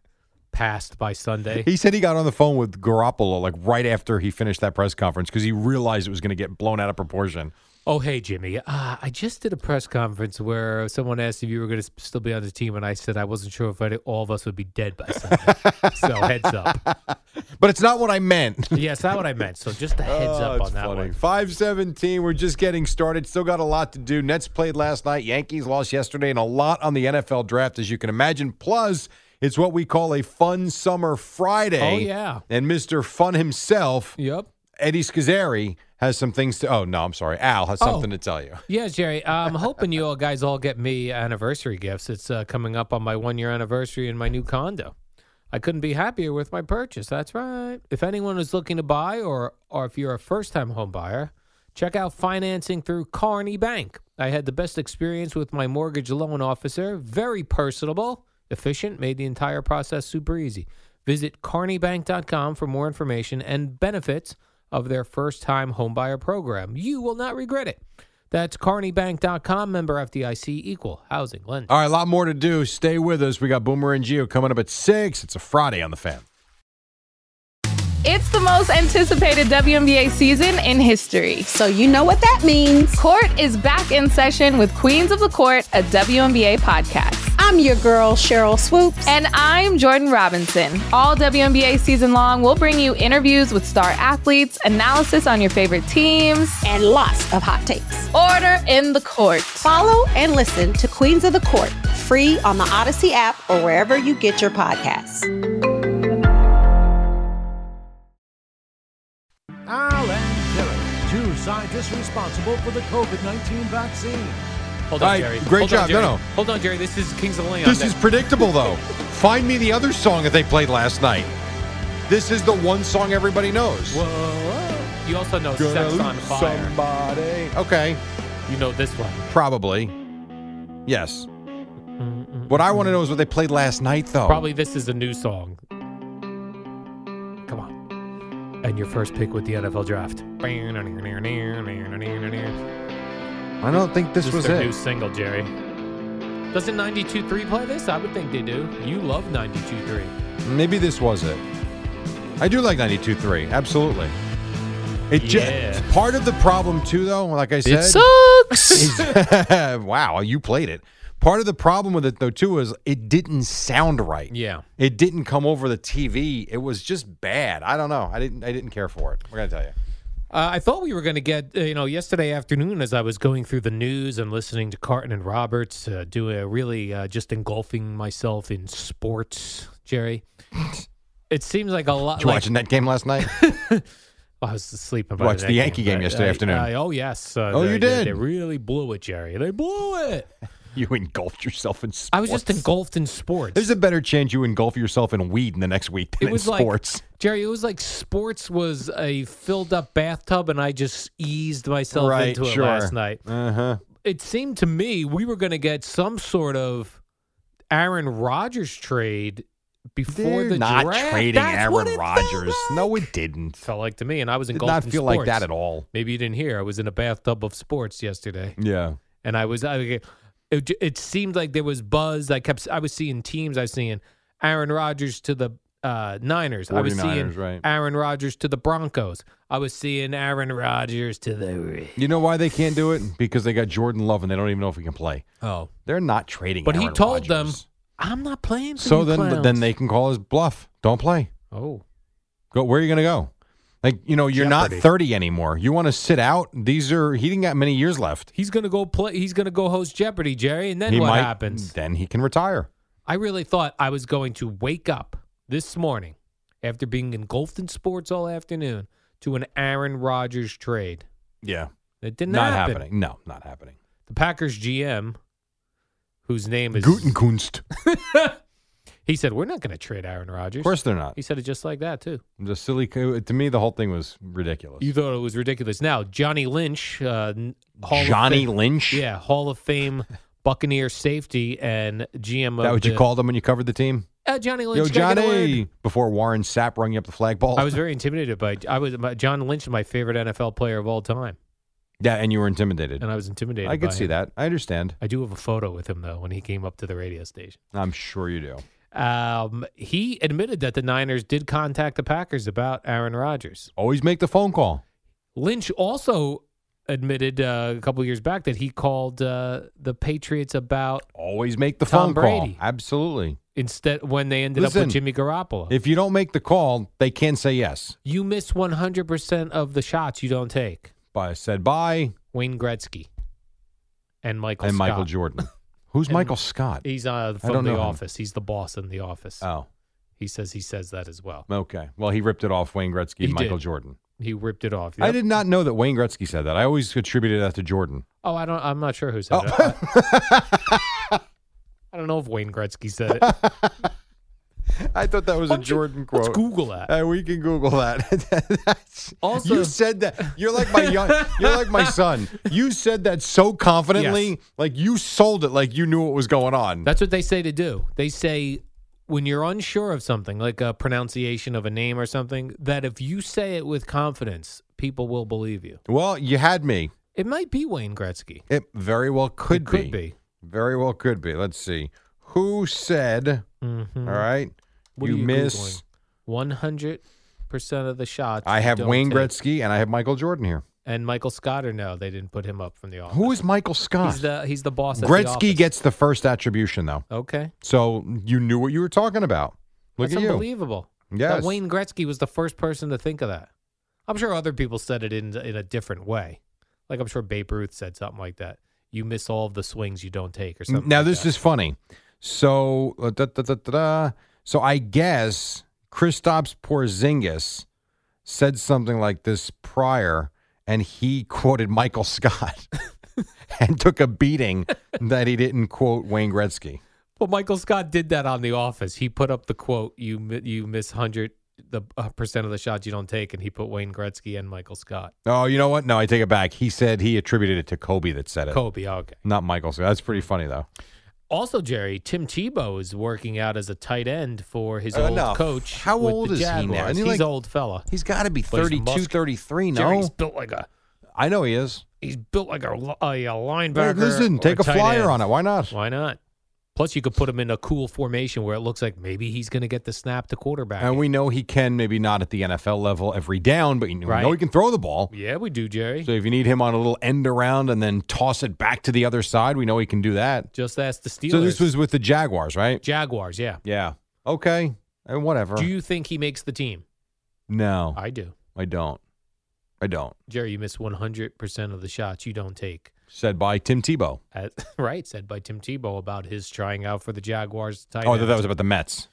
B: passed by Sunday.
C: He said he got on the phone with Garoppolo like right after he finished that press conference because he realized it was going to get blown out of proportion.
B: Oh, hey, Jimmy. Uh, I just did a press conference where someone asked if you were going to still be on the team, and I said I wasn't sure if I'd, all of us would be dead by Sunday. so heads up.
C: But it's not what I meant.
B: Yes, that's what I meant. So just a heads
C: Oh,
B: up
C: it's
B: on that
C: funny.
B: one.
C: 517. We're just getting started. Still got a lot to do. Nets played last night. Yankees lost yesterday, and a lot on the NFL draft, as you can imagine. Plus, it's what we call a fun summer Friday.
B: Oh, yeah.
C: And Mr. Fun himself,
B: Yep.
C: Eddie Scazzeri, has some things to. Oh, no, I'm sorry. Al has
B: Oh.
C: something to tell you.
B: Yeah, Jerry. I'm hoping you all guys all get me anniversary gifts. It's uh, coming up on my one year anniversary in my new condo. I couldn't be happier with my purchase. That's right. If anyone is looking to buy, or or if you're a first time home buyer, check out financing through Carney Bank. I had the best experience with my mortgage loan officer. Very personable, efficient, made the entire process super easy. Visit carneybank.com for more information and benefits of their first time home buyer program. You will not regret it. That's carneybank.com, member FDIC, equal housing lender.
C: All right, a lot more to do. Stay with us. We got Boomer and Geo coming up at six. It's a Friday on the fan.
F: It's the most anticipated WNBA season in history.
G: So you know what that means.
F: Court is back in session with Queens of the Court, a WNBA podcast.
G: I'm your girl, Cheryl Swoops.
F: And I'm Jordan Robinson. All WNBA season long, we'll bring you interviews with star athletes, analysis on your favorite teams,
G: And lots of hot takes.
F: order in the court.
G: Follow and listen to Queens of the Court, free on the Odyssey app or wherever you get your podcasts.
E: Al and Derek, two scientists responsible for the COVID 19 vaccine.
B: Hold
C: All
B: on,
C: right,
B: Jerry.
C: great
B: Hold
C: job.
B: On,
C: No,
B: Jerry.
C: no.
B: Hold on, Jerry. This is Kings of the Leon.
C: This is predictable, though. Find me the other song that they played last night. This is the one song everybody knows.
B: Whoa, whoa. You also know
C: Gonna
B: Sex on
C: lose
B: Fire.
C: somebody. Okay,
B: You know this one.
C: probably. Yes. What I want to know is what they played last night, though.
B: Probably this is a new song. Come on. And your first pick with the NFL draft. This,
C: I don't think this,
B: is
C: was
B: their
C: it.
B: new single, Jerry. Doesn't 92.3 play this? I would think they do. You love 92.3.
C: Maybe this was it. I do like 92.3. Absolutely. It
B: Yeah.
C: just part of the problem too, though. Like I said,
B: sucks.
C: is- wow, you played it. Part of the problem with it though too is it didn't sound right.
B: yeah.
C: It didn't come over the TV. It was just bad. I don't know. I didn't I didn't care for it. We're gonna tell you.
B: Uh, I thought we were going to get, uh, you know, yesterday afternoon as I was going through the news and listening to Carton and Roberts uh, do a really uh, just engulfing myself in sports, Jerry. It seems like a lot.
C: Did you
B: like,
C: watching that game last night?
B: I was asleep. by
C: Watched
B: that
C: the Yankee game
B: I-
C: yesterday
B: I-
C: afternoon.
B: I- oh yes. Uh,
C: Oh,
B: they-
C: you
B: they-
C: did?
B: They really blew it, Jerry. They blew it.
C: you engulfed yourself in sports.
B: I was just engulfed in sports.
C: There's a better chance you engulf yourself in weed in the next week than
B: it was
C: in
B: like
C: sports.
B: Jerry. It was like sports was a filled up bathtub, and I just eased myself
C: Right,
B: into it
C: sure.
B: last night.
C: uh-huh.
B: it seemed to me we were going to get some sort of Aaron Rodgers trade before
C: They're
B: the
C: not
B: draft.
C: trading
B: That's what
C: Aaron
B: it
C: Rodgers.
B: Felt like.
C: No, it didn't.
B: felt like to me, and I was
C: Did
B: engulfed
C: not
B: in
C: feel like
B: sports.
C: that at all.
B: Maybe you didn't hear. I was in a bathtub of sports yesterday,
C: Yeah.
B: and I was. I, it, it seemed like there was buzz. I kept. I was seeing teams. I was seeing Aaron Rodgers to the uh, Niners. I was seeing
C: 49ers, right.
B: Aaron Rodgers to the Broncos. I was seeing Aaron Rodgers to the.
C: You know why they can't do it? Because they got Jordan Love and they don't even know if he can play.
B: Oh,
C: They're not trading.
B: but he
C: Aaron
B: told them,
C: Rodgers.
B: "I'm not playing." For
C: So
B: you
C: then,
B: clowns."
C: then they can call his bluff. Don't play.
B: Oh.
C: Go. Where are you going to go? Like you know, you're
B: Jeopardy.
C: not 30 anymore. You want to sit out. These are he didn't got many years left.
B: He's gonna go play. He's gonna go host Jeopardy, Jerry, and then
C: he
B: what
C: might,
B: happens?
C: Then he can retire.
B: I really thought I was going to wake up this morning after being engulfed in sports all afternoon to an Aaron Rodgers trade.
C: Yeah.
B: It did not,
C: Not
B: happen.
C: happening. No, not happening.
B: The Packers GM, whose name is
C: Gutenkunst.
B: he said, "We're not going to trade Aaron Rodgers."
C: Of course they're not.
B: he said it just like that too.
C: The silly co- to me the whole thing was ridiculous.
B: You thought it was ridiculous. Now Johnny Lynch, uh, n- Hall of
C: Johnny
B: Fame-
C: Lynch?
B: yeah, Hall of Fame Buccaneer safety and GM.
C: that
B: of
C: what
B: the,
C: you called them when you covered the team?
B: Uh, Johnny Lynch.
C: Yo,
B: gotta get a word.
C: Johnny! Before Warren Sapp rung you up the flagpole.
B: I was very intimidated by. I was my, John Lynch, is my favorite NFL player of all time,
C: yeah, and you were intimidated.
B: and I was intimidated.
C: I
B: by
C: could see
B: him.
C: that. I understand.
B: I do have a photo with him though when he came up to the radio station.
C: I'm sure you do.
B: Um, he admitted that the Niners did contact the Packers about Aaron Rodgers.
C: Always make the phone call.
B: Lynch also admitted uh, a couple years back that he called uh, the Patriots about
C: Always make the
B: Tom
C: phone
B: Brady.
C: call. Absolutely.
B: instead when they ended up
C: Listen,
B: with Jimmy Garoppolo.
C: If you don't make the call, they can say yes.
B: you miss 100% of the shots you don't take,
C: By said bye
B: Wayne Gretzky and Michael
C: and
B: Scott.
C: Michael Jordan. Who's
B: And-
C: Michael Scott?
B: He's uh,
C: I don't
B: from The
C: know him.
B: Office. He's the boss in The Office.
C: Oh,
B: He says he says that as well.
C: okay. Well, he ripped it off Wayne Gretzky
B: He
C: and Michael
B: did.
C: Jordan.
B: He ripped it off.
C: I
B: Yep.
C: did not know that Wayne Gretzky said that. I always attributed that to Jordan.
B: Oh, I don't. I'm not sure who said it. I,
C: Oh.
B: I don't know if Wayne Gretzky said it.
C: I thought that was
B: Why
C: a
B: don't you-
C: Jordan quote.
B: Let's Google that.
C: Uh, we can Google that. That's-
B: Also-
C: you said that. You're like my young. You're like my son. You said that so confidently,
B: Yes.
C: like you sold it, like you knew what was going on.
B: That's what they say to do. They say when you're unsure of something, like a pronunciation of a name or something, that if you say it with confidence, people will believe you.
C: well, you had me.
B: It might be Wayne Gretzky.
C: It very well could
B: it could be.
C: Very well could be. Let's see. Who said?
B: Mhm.
C: All right.
B: What
C: you,
B: are
C: miss.
B: one hundred percent of the shots.
C: I
B: you
C: have
B: don't
C: Wayne
B: take.
C: Gretzky and I have Michael Jordan here.
B: and Michael Scott. Or no, they didn't put him up from the office.
C: Who is Michael Scott?
B: He's the he's the boss. at the
C: Gretzky
B: office.
C: gets the first attribution though,
B: okay.
C: so you knew what you were talking about. Look
B: That's
C: at you.
B: unbelievable.
C: Yes.
B: That Wayne Gretzky was the first person to think of that. I'm sure other people said it in in a different way. Like I'm sure Babe Ruth said something like that. You miss all of the swings you don't take or something.
C: Now
B: like
C: this
B: that.
C: is funny. So uh, da, da, da, da, da. so I guess Kristaps Porzingis said something like this prior, and he quoted Michael Scott and took a beating that he didn't quote Wayne Gretzky.
B: Well, Michael Scott did that on The Office. He put up the quote, "You mi- you miss hundred the uh, percent of the shots you don't take," and he put Wayne Gretzky and Michael Scott,
C: Oh, you know what? No, I take it back. He said he attributed it to Kobe that said it,
B: Kobe. Okay.
C: not Michael Scott. That's pretty funny though.
B: Also, Jerry Tim Tebow is working out as a tight end for his old
C: Enough.
B: coach.
C: How
B: with
C: old
B: the
C: is he now?
B: Jaguars.
C: Isn't he
B: He's
C: like-
B: an old fella.
C: He's got to be
B: Plays
C: 32,
B: Musk.
C: 33, no?
B: Jerry's built like a
C: I know he is.
B: He's built like a, li- a, a
C: Hey,
B: linebacker.
C: listen,
B: or
C: take a
B: tight
C: flyer
B: end.
C: on it. Why not?
B: Why not? Plus, you could put him in a cool formation where it looks like maybe he's going to get the snap to quarterback.
C: And we know he can, maybe not at the NFL level every down, but you know, we know
B: Right.
C: he can throw the ball.
B: yeah, we do, Jerry.
C: So if you need him on a little end around and then toss it back to the other side, we know he can do that.
B: Just ask the Steelers.
C: So this was with the Jaguars, right?
B: Jaguars. Yeah.
C: Yeah. Okay. And whatever.
B: Do you think he makes the team?
C: no, I,
B: I do.
C: don't. I don't.
B: Jerry, you miss 100% of the shots you don't take.
C: Said by Tim Tebow.
B: As, right, said by Tim Tebow about his trying out for the Jaguars. Tight
C: Oh, I
B: end.
C: thought that was about the Mets.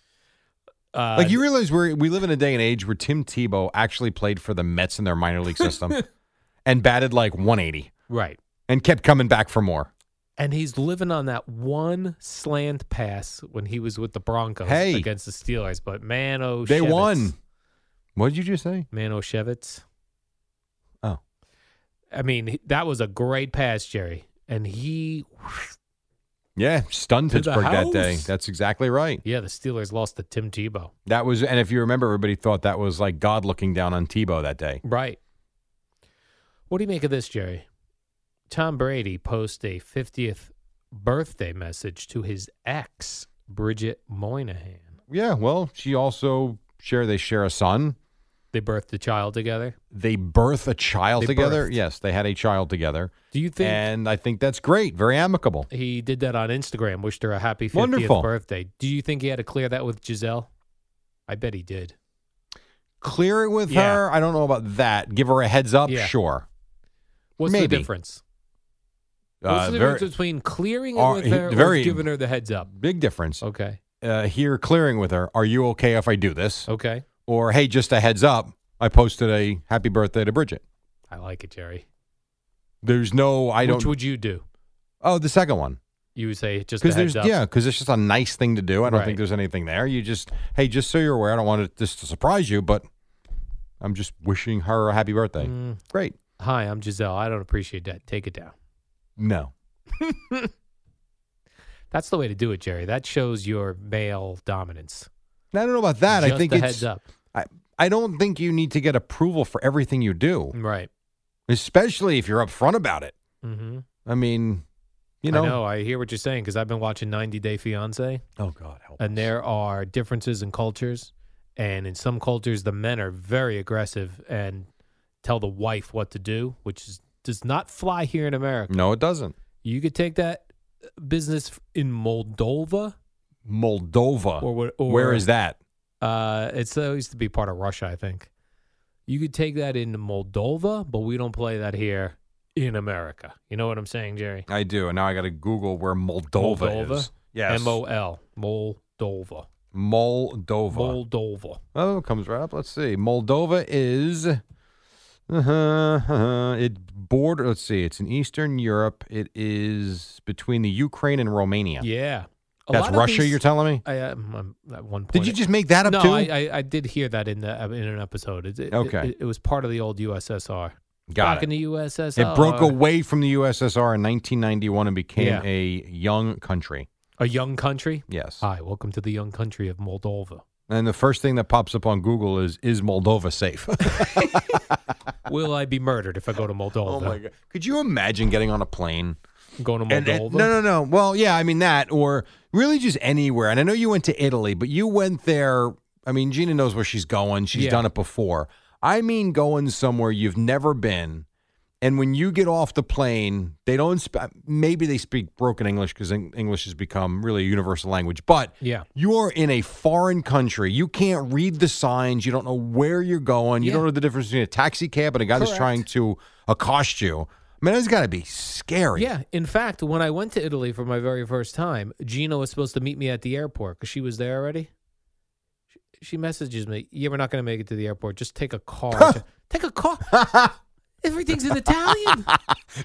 B: Uh,
C: Like you realize we we live in a day and age where Tim Tebow actually played for the Mets in their minor league system and batted like 180
B: Right.
C: and kept coming back for more.
B: And he's living on that one slant pass when he was with the Broncos
C: Hey.
B: against the Steelers. But man, oh,
C: They won. What did you just say?
B: Man Oshevitz.
C: Oh.
B: I mean, he- that was a great pass, Jerry. And he,
C: Yeah, stunned
B: To the
C: Pittsburgh that day.
B: house.
C: That's exactly right.
B: yeah, the Steelers lost to Tim Tebow.
C: That was, and if you remember, everybody thought that was like God looking down on Tebow that day.
B: Right. What do you make of this, Jerry? Tom Brady posts a 50th birthday message to his ex, Bridget Moynihan.
C: Yeah, well, she also share they share a son.
B: They birthed a child together.
C: They birth a child
B: They
C: together.
B: birthed.
C: Yes, they had a child together,
B: Do you think
C: and I think that's great. Very amicable.
B: he did that on Instagram, wished her a happy 50th
C: Wonderful.
B: birthday? Do you think he had to clear that with Giselle? I bet he did.
C: Clear it with
B: Yeah.
C: her. I don't know about that. Give her a heads up.
B: Yeah.
C: Sure.
B: What's
C: Maybe.
B: the difference? What's
C: Uh,
B: the
C: very,
B: difference between clearing it
C: Or-
B: with
C: he-
B: her
C: very-
B: or giving her the heads up?
C: big difference.
B: Okay.
C: Uh, here, clearing with her. Are you okay if I do this?
B: Okay.
C: or hey, just a heads up, I posted a happy birthday to Bridget.
B: I like it, Jerry.
C: There's no, I
B: Which
C: don't.
B: would you do?
C: oh, the second one.
B: You would say just a
C: Because
B: heads
C: there's
B: up.
C: yeah, because it's just a nice thing to do. I don't
B: Right.
C: think there's anything there. You just hey, just so you're aware, I don't want it this to surprise you, but I'm just wishing her a happy birthday.
B: Mm,
C: Great.
B: hi, I'm Giselle. I don't appreciate that. Take it down.
C: No,
B: That's the way to do it, Jerry. That shows your male dominance.
C: Now, I don't know about that.
B: just
C: I think
B: a
C: it's
B: heads up.
C: I I don't think you need to get approval for everything you do,
B: Right.
C: especially if you're upfront about it.
B: Mm-hmm.
C: I mean, you
B: I know. I hear what you're saying because I've been watching 90 Day Fiance,
C: Oh God, help.
B: and
C: us.
B: there are differences in cultures. And in some cultures, the men are very aggressive and tell the wife what to do, which is, does not fly here in America.
C: No, it doesn't.
B: You could take that uh, business in Moldova.
C: Moldova.
B: Or what- or-
C: Where is that?
B: Uh, it's uh, it used to be part of Russia, I think. You could take that into Moldova, but we don't play that here in America. You know what I'm saying, Jerry?
C: I do, and now I got to Google where Moldova, is. Yes,
B: M O L Moldova.
C: Moldova.
B: Moldova.
C: Oh, it comes right up. Let's see. Moldova is. Uh-huh, uh-huh. It border. Let's see. It's in Eastern Europe. It is between the Ukraine and Romania.
B: Yeah. A
C: That's
B: lot of
C: Russia.
B: these-
C: you're telling me?
B: I, um, um, at one point.
C: Did you just make that up
B: no,
C: too?
B: I, I I did hear that in the uh, in an episode. It, it-
C: Okay.
B: It, it was part of the old USSR.
C: got
B: Back
C: it.
B: in the USSR.
C: It broke away from the USSR in 1991 and became
B: uh, Yeah.
C: a young country.
B: A young country.
C: Yes.
B: Hi, welcome to the young country of Moldova.
C: And the first thing that pops up on Google is Is Moldova safe?
B: Will I be murdered if I go to Moldova?
C: Oh God. Could you imagine getting on a plane?
B: I'm going to Moldova.
C: And, and- no, no, no. Well, yeah, I mean that, or really just anywhere. And I know you went to Italy, but you went there. I mean, Gina knows where she's going. She's
B: Yeah.
C: done it before. I mean, going somewhere you've never been, and when you get off the plane, they don't. Sp- maybe they speak broken English because English has become really a universal language. But
B: Yeah.
C: you are in a foreign country. You can't read the signs. You don't know where you're going. You
B: Yeah.
C: don't know the difference between a taxi cab and a guy that's
B: Correct.
C: trying to accost you. I mean, that's got to be scary.
B: Yeah. In fact, when I went to Italy for my very first time, Gina was supposed to meet me at the airport because she was there already. She- She messages me, "Yeah, we're not going to make it to the airport. Just take a car. to- take a car. Everything's in Italian."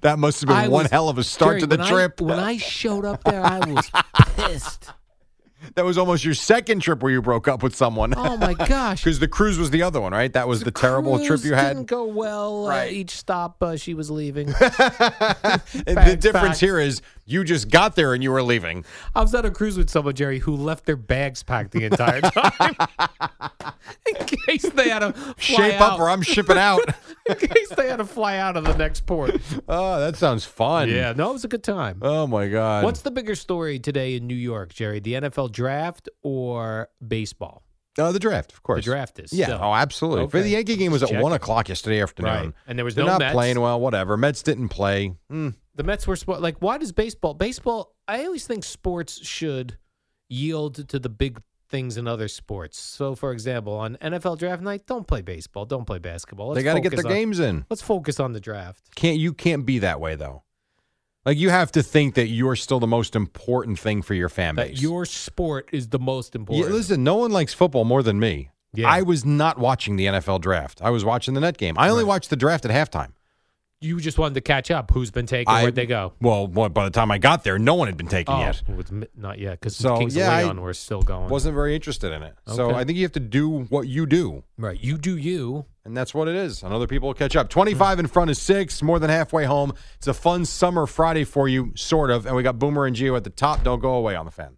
C: That must have been
B: I
C: one
B: was-
C: hell of a start
B: Jerry,
C: to the
B: when I-
C: trip.
B: when I showed up there, I was pissed.
C: that was almost your second trip where you broke up with someone.
B: Oh my gosh!
C: Because the cruise was the other one, right? That was the, terrible trip
B: Cruise
C: you had.
B: Didn't go well.
C: Right.
B: At each stop, uh, she was leaving.
C: And the
B: Bad
C: difference
B: facts.
C: here is you just got there and you were leaving.
B: I was on a cruise with someone, Jerry, who left their bags packed the entire time in case they had to fly
C: Shape
B: out.
C: up or I'm shipping out.
B: in case they had to fly out of the next port.
C: oh, that sounds fun.
B: Yeah, no, it was a good time.
C: Oh my God.
B: What's the bigger story today in New York, Jerry? The NFL draft or baseball?
C: Oh, the draft, of course.
B: The draft is
C: Yeah.
B: so-
C: Oh, absolutely. For the
B: Okay.
C: Yankee game was at
B: Just
C: one
B: checking.
C: o'clock yesterday afternoon.
B: Right. And there was
C: They're
B: no
C: not
B: Mets.
C: playing well. Whatever. Mets didn't play. Mm.
B: The Mets were spo- like, why does baseball? Baseball. I always think sports should yield to the big things in other sports. So, for example, on NFL draft night, don't play baseball, don't play basketball.
C: they
B: got to
C: get their games in.
B: Let's focus on the draft.
C: can't you can't be that way though. Like you have to think that you're still the most important thing for your fan
B: That
C: base.
B: your sport is the most important.
C: yeah, listen, no one likes football more than me.
B: Yeah.
C: I was not watching the NFL draft. I was watching the net game. I only watched the draft at halftime.
B: you just wanted to catch up. Who's been taken?
C: I-
B: Where'd they go?
C: Well, by by the time I got there, no one had been taken
B: Oh,
C: yet.
B: with m- not yet because
C: So,
B: Kings
C: yeah,
B: of
C: I
B: Leon were still going.
C: Wasn't very interested in it. So
B: Okay.
C: I think you have to do what you do,
B: right. You do you.
C: and that's what it is. And other people will catch up. 25 in front of six, more than halfway home. It's a fun summer Friday for you, sort of. And we got Boomer and Geo at the top. Don't go away on the fan.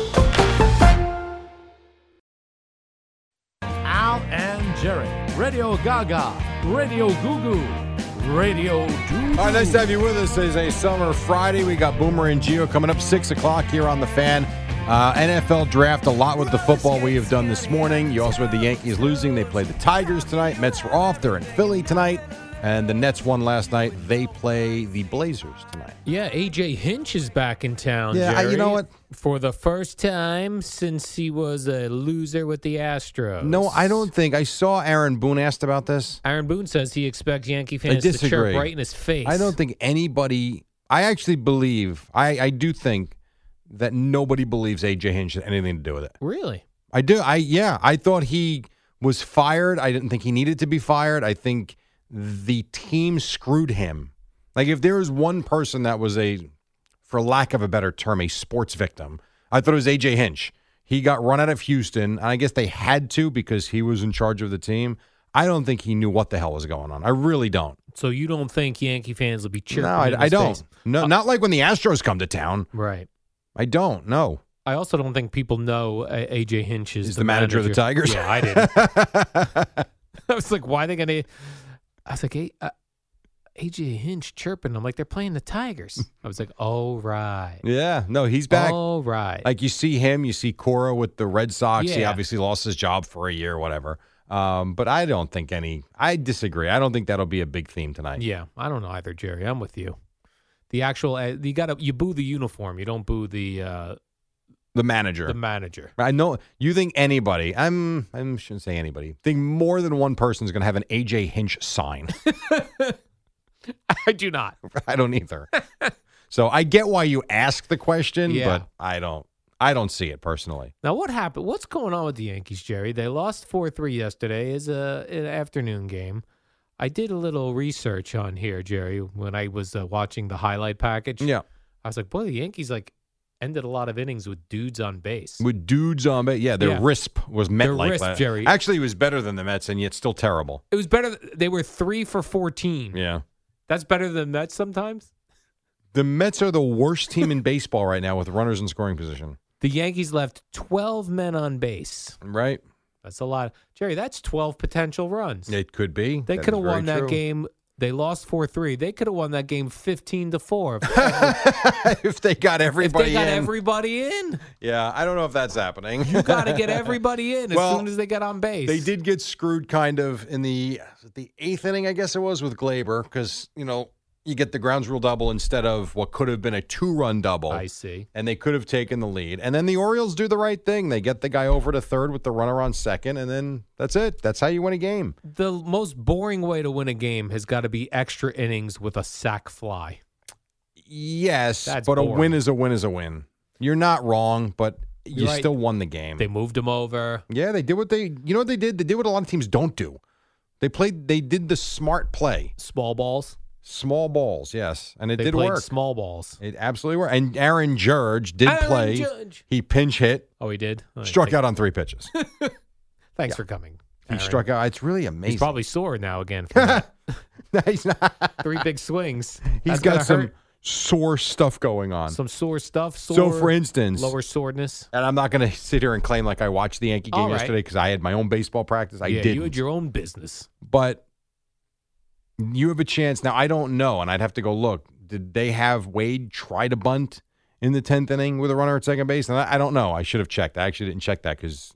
E: Al and Jerry. Radio Gaga. Radio Goo Goo. Radio Doo.
C: All right, nice to have you with us. It is a summer Friday. We got Boomer and Geo coming up six o'clock here on the fan. Uh, NFL draft a lot with the football we have done this morning. You also had the Yankees losing. They played the Tigers tonight. Mets were off. They're in Philly tonight. And the Nets won last night. They play the Blazers tonight.
B: Yeah, AJ Hinch is back in town.
C: Yeah, I- you
B: Jerry,
C: know what?
B: For the first time since he was a loser with the Astros.
C: No, I don't think. I saw Aaron Boone asked about this.
B: Aaron Boone says he expects Yankee
C: I
B: fans to
C: disagree.
B: chirp right in his face.
C: I don't think anybody. I actually believe. I, I do think that nobody believes AJ Hinch had anything to do with it.
B: Really?
C: I do. I yeah. I thought he was fired. I didn't think he needed to be fired. I think the team screwed him. Like if there was one person that was a, for lack of a better term, a sports victim, I thought it was AJ Hinch. He got run out of Houston, and I guess they had to because he was in charge of the team. I don't think he knew what the hell was going on. I really don't.
B: So you don't think Yankee fans will be chirping?
C: No,
B: in
C: I, I
B: his
C: don't.
B: face? Uh,
C: No, not like when the Astros come to town.
B: Right.
C: I don't. No.
B: I also don't think people know uh, AJ Hinch is
C: He's the manager of the Tigers.
B: Yeah, I didn't. I was like, why are they gonna? I was like, "A- uh, AJ Hinch chirping. I'm like, they're playing the Tigers. I was like, oh right,
C: Yeah. No, he's back.
B: oh right.
C: Like you see him, you see Cora with the Red Sox. He
B: Yeah.
C: obviously lost his job for a year, whatever. Um, but I don't think any. I disagree. I don't think that'll be a big theme tonight.
B: yeah, I don't know either, Jerry. I'm with you. The actual uh, you got to you boo the uniform. You don't boo the uh,
C: The manager.
B: the manager.
C: I know you think anybody. I'm. I shouldn't say anybody. Think more than one person is going to have an AJ Hinch sign.
B: I do not.
C: I don't either. so I get why you ask the question,
B: Yeah.
C: but I don't. I don't see it personally.
B: Now, what happened? What's going on with the Yankees, Jerry? They lost four three yesterday. Is a an afternoon game. I did a little research on here, Jerry, when I was uh, watching the highlight package.
C: Yeah.
B: I was like, boy, the Yankees like ended a lot of innings with dudes on base.
C: With dudes on base, yeah, their
B: Yeah.
C: RISP was met
B: Their
C: like
B: RISP,
C: that.
B: Jerry.
C: Actually, it was better than the Mets, and yet still terrible.
B: It was better. th- They were three for fourteen.
C: Yeah,
B: That's better than that sometimes.
C: the Mets are the worst team in baseball right now with runners in scoring position.
B: The Yankees left twelve men on base.
C: Right?
B: That's a lot, Jerry. That's twelve potential runs.
C: It could be.
B: They
C: That
B: could
C: is
B: have
C: very
B: won that
C: true.
B: game. They lost four three. They could have won that game fifteen to four.
C: if they got everybody
B: if they got
C: in.
B: everybody in,
C: yeah, I don't know if that's happening.
B: you got to get everybody in as
C: Well,
B: soon as they get on base.
C: They did get screwed kind of in the the eighth inning, I guess it was, with Glaber, because you know you get the grounds rule double instead of what could have been a two run double.
B: I see.
C: and they could have taken the lead. And then the Orioles do the right thing. They get the guy over to third with the runner on second, and then that's it. That's how you win a game.
B: The most boring way to win a game has got to be extra innings with a sac fly.
C: Yes,
B: That's
C: but a win
B: boring.
C: is a win is a win. You're not wrong, but you
B: You're right.
C: still won the game.
B: They moved him over.
C: yeah, they did what they you know what they did? They did what a lot of teams don't do. They played they did the smart play.
B: Small balls.
C: Small balls, yes. And it
B: they
C: did
B: played
C: work.
B: small balls.
C: it absolutely worked. And Aaron Judge did
B: Aaron
C: play.
B: Judge.
C: He pinch hit,
B: Oh, he did. All right,
C: struck
B: thank-
C: out on three pitches. he
B: Thanks for coming. Aaron.
C: struck out. It's really amazing.
B: He's probably sore now again. From that.
C: No, he's not.
B: Three big swings.
C: He's
B: That's
C: got
B: gonna
C: some
B: hurt.
C: sore stuff going on.
B: some sore stuff. Sore,
C: so, for instance,
B: lower soreness.
C: and I'm not going to sit here and claim like I watched the Yankee game
B: All right.
C: yesterday because I had my own baseball practice. I
B: yeah,
C: did,
B: you had your own business.
C: but you have a chance now. I don't know, and I'd have to go look. Did they have Wade try to bunt in the tenth inning with a runner at second base? And I, I don't know. I should have checked. I actually didn't check that because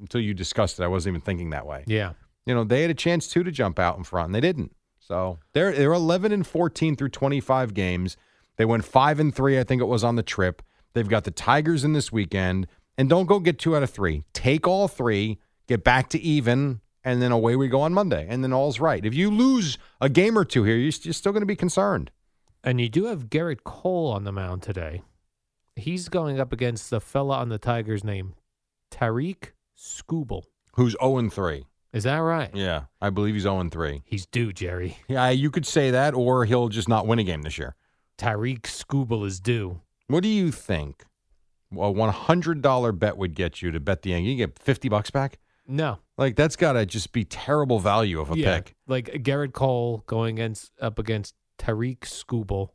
C: until you discussed it, I wasn't even thinking that way.
B: Yeah.
C: you know, they had a chance too to jump out in front, and they didn't. So they're they're eleven and fourteen through twenty five games. They went five and three, I think it was on the trip. They've got the Tigers in this weekend, and don't go get two out of three. Take all three, get back to even, and then away we go on Monday. And then all's right. If you lose a game or two here, you're, st- you're still going to be concerned.
B: And you do have Garrett Cole on the mound today. He's going up against the fella on the Tigers named Tariq Skubal.
C: Who's zero and three?
B: Is that right?
C: Yeah, I believe he's zero and three.
B: He's due, Jerry.
C: Yeah, you could say that, or he'll just not win a game this year.
B: Tariq Skubal is due.
C: What do you think a one hundred dollar bet would get you to bet the Yankees? You get fifty bucks back.
B: No.
C: Like that's gotta just be terrible value of a
B: yeah.
C: pick.
B: Like Garrett Cole going against up against Tariq Skubal.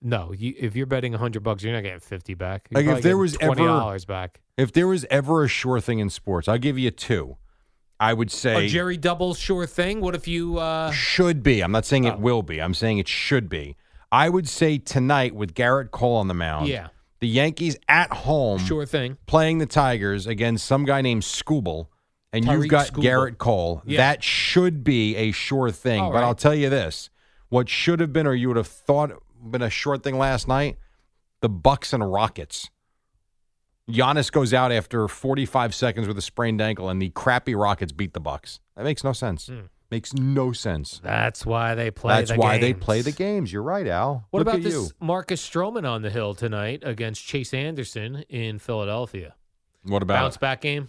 B: No, you, if you're betting 100 bucks, you're not getting 50 back. You're
C: Like, if
B: probably
C: there
B: getting
C: was ever-
B: $20 back.
C: If there was ever a sure thing in sports, I'll give you two. I would say
B: A Oh, Jerry double sure thing. What if you uh
C: should be. I'm not saying it
B: Oh.
C: will be. I'm saying it should be. I would say tonight with Garrett Cole on the mound.
B: yeah.
C: The Yankees at home,
B: sure thing,
C: playing the Tigers against some guy named Scooble, and
B: Tyreek
C: you've got
B: Skubal.
C: Garrett Cole.
B: Yeah.
C: That should be a sure thing.
B: All
C: but
B: right.
C: I'll tell you this: what should have been, or you would have thought been a short thing last night, the Bucks and Rockets. Giannis goes out after 45 seconds with a sprained ankle, and the crappy Rockets beat the Bucks. That makes no sense. Makes no sense.
B: That's why they Hmm. play.
C: That's
B: the
C: why they
B: games.
C: play the games. You're right, Al.
B: What
C: Look
B: about
C: at
B: this
C: you.
B: Marcus Stroman on the hill tonight against Chase Anderson in Philadelphia?
C: What about
B: bounce back game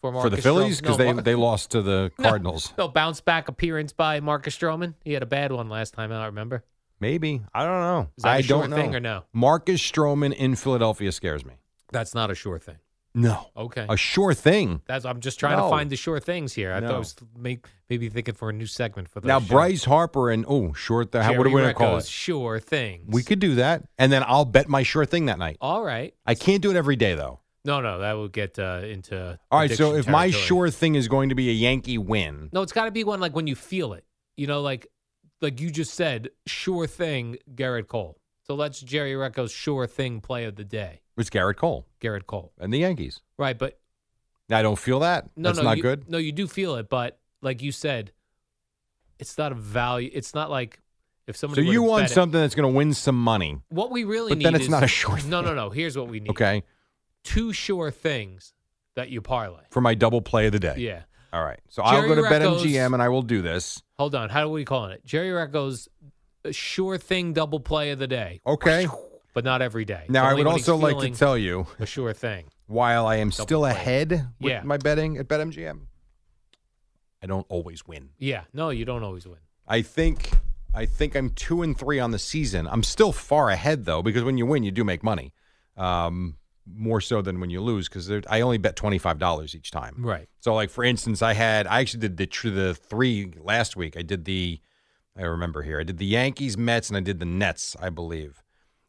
B: for
C: for the
B: Marcus
C: Phillies
B: Stroman?
C: because
B: No,
C: they
B: Mar-
C: they lost to the Cardinals.
B: No bounce back appearance by Marcus Stroman. He had a bad one last time out. Remember?
C: Maybe I don't know.
B: Is that a
C: I
B: sure
C: don't know.
B: thing or no?
C: Marcus Stroman in Philadelphia scares me.
B: That's not a sure thing.
C: No,
B: Okay.
C: a sure thing.
B: That's I'm just trying
C: No.
B: to find the sure things here. I thought I
C: No.
B: was make, maybe thinking for a new segment for the
C: Now
B: show.
C: Bryce Harper and oh sure thing. How- What are
B: Jerry
C: we gonna call
B: Recco's
C: it?
B: Sure thing.
C: We could do that, and then I'll bet my sure thing that night.
B: All right.
C: I can't do it every day though.
B: No, no, that would get uh, into.
C: All right, so
B: addiction
C: if my
B: territory.
C: sure thing is going to be a Yankee win,
B: No, it's got to be one like when you feel it. You know, like like you just said, sure thing, Garrett Cole. So let's Jerry Recco's sure thing play of the day,
C: it's Garrett Cole
B: Garrett Cole.
C: and the Yankees.
B: Right, but
C: I don't feel that.
B: no,
C: That's
B: no,
C: not
B: you-
C: good.
B: No, you do feel it, but like you said, it's not a value. It's not like if
C: So
B: somebody.
C: you
B: would've
C: want
B: bet it-
C: something that's going to win some money.
B: What we really
C: But
B: need
C: then it's
B: is,
C: not a sure
B: No, no, no. Here's what we need.
C: Okay,
B: Two sure things that you parlay.
C: for my double play of the day.
B: Yeah.
C: All right. So
B: Jerry
C: I'll go to
B: Recco's-
C: BetMGM and I will do this.
B: Hold on. How do we call it? Jerry Recco's sure thing double play of the day,
C: Okay.
B: but not every day.
C: Now I
B: Only
C: would
B: when he's
C: also like to
B: feeling
C: tell you
B: a sure thing.
C: while I am
B: Double
C: still
B: play.
C: ahead with
B: Yeah.
C: my betting at BetMGM, I don't always win.
B: Yeah. No, you don't always win.
C: I think I think I'm two and three on the season. I'm still far ahead though because when you win, you do make money, um, more so than when you lose because I only bet twenty five dollars each time.
B: Right.
C: So, like for instance, I had I actually did the tr- the three last week. I did the I remember here. I did the Yankees, Mets, and I did the Nets, I believe.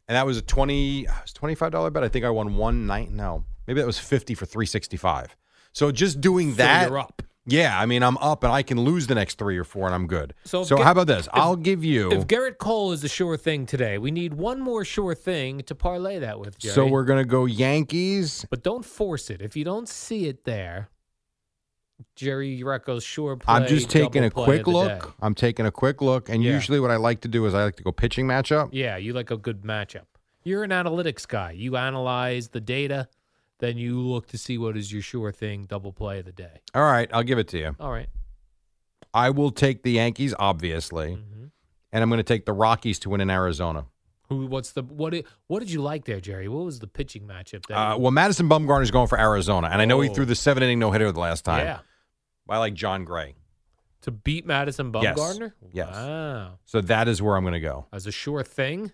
C: And that was a twenty uh, it was twenty five dollar bet. I think I won one night. No, maybe that was fifty for three sixty five. So just doing
B: So
C: that,
B: you're up.
C: yeah. I mean, I'm up, and I can lose the next three or four, and I'm good.
B: So
C: So,
B: if Ga-
C: how about this?
B: if-
C: I'll give you.
B: If Garrett Cole is a sure thing today, we need one more sure thing to parlay that with. Jerry.
C: so we're gonna go Yankees.
B: But don't force it. If you don't see it there, Jerry Recco's sure play.
C: I'm just taking
B: double
C: a
B: play of
C: quick
B: the
C: look.
B: day.
C: I'm taking a quick look, and
B: Yeah.
C: usually what I like to do is I like to go pitching matchup.
B: Yeah, you like a good matchup. You're an analytics guy. You analyze the data, then you look to see what is your sure thing double play of the day.
C: All right, I'll give it to you.
B: All right.
C: I will take the Yankees, obviously,
B: Mm-hmm.
C: and I'm going to take the Rockies to win in Arizona.
B: Who? What's the what? i- What did you like there, Jerry? What was the pitching matchup? That
C: Uh, well, Madison Bumgarner's going for Arizona, and I know he
B: Oh.
C: threw the seven inning no hitter the last time.
B: yeah,
C: I like John Gray,
B: to beat Madison
C: Yes.
B: Bumgarner.
C: Yes.
B: Wow,
C: so that is where I'm going to go.
B: as a sure thing.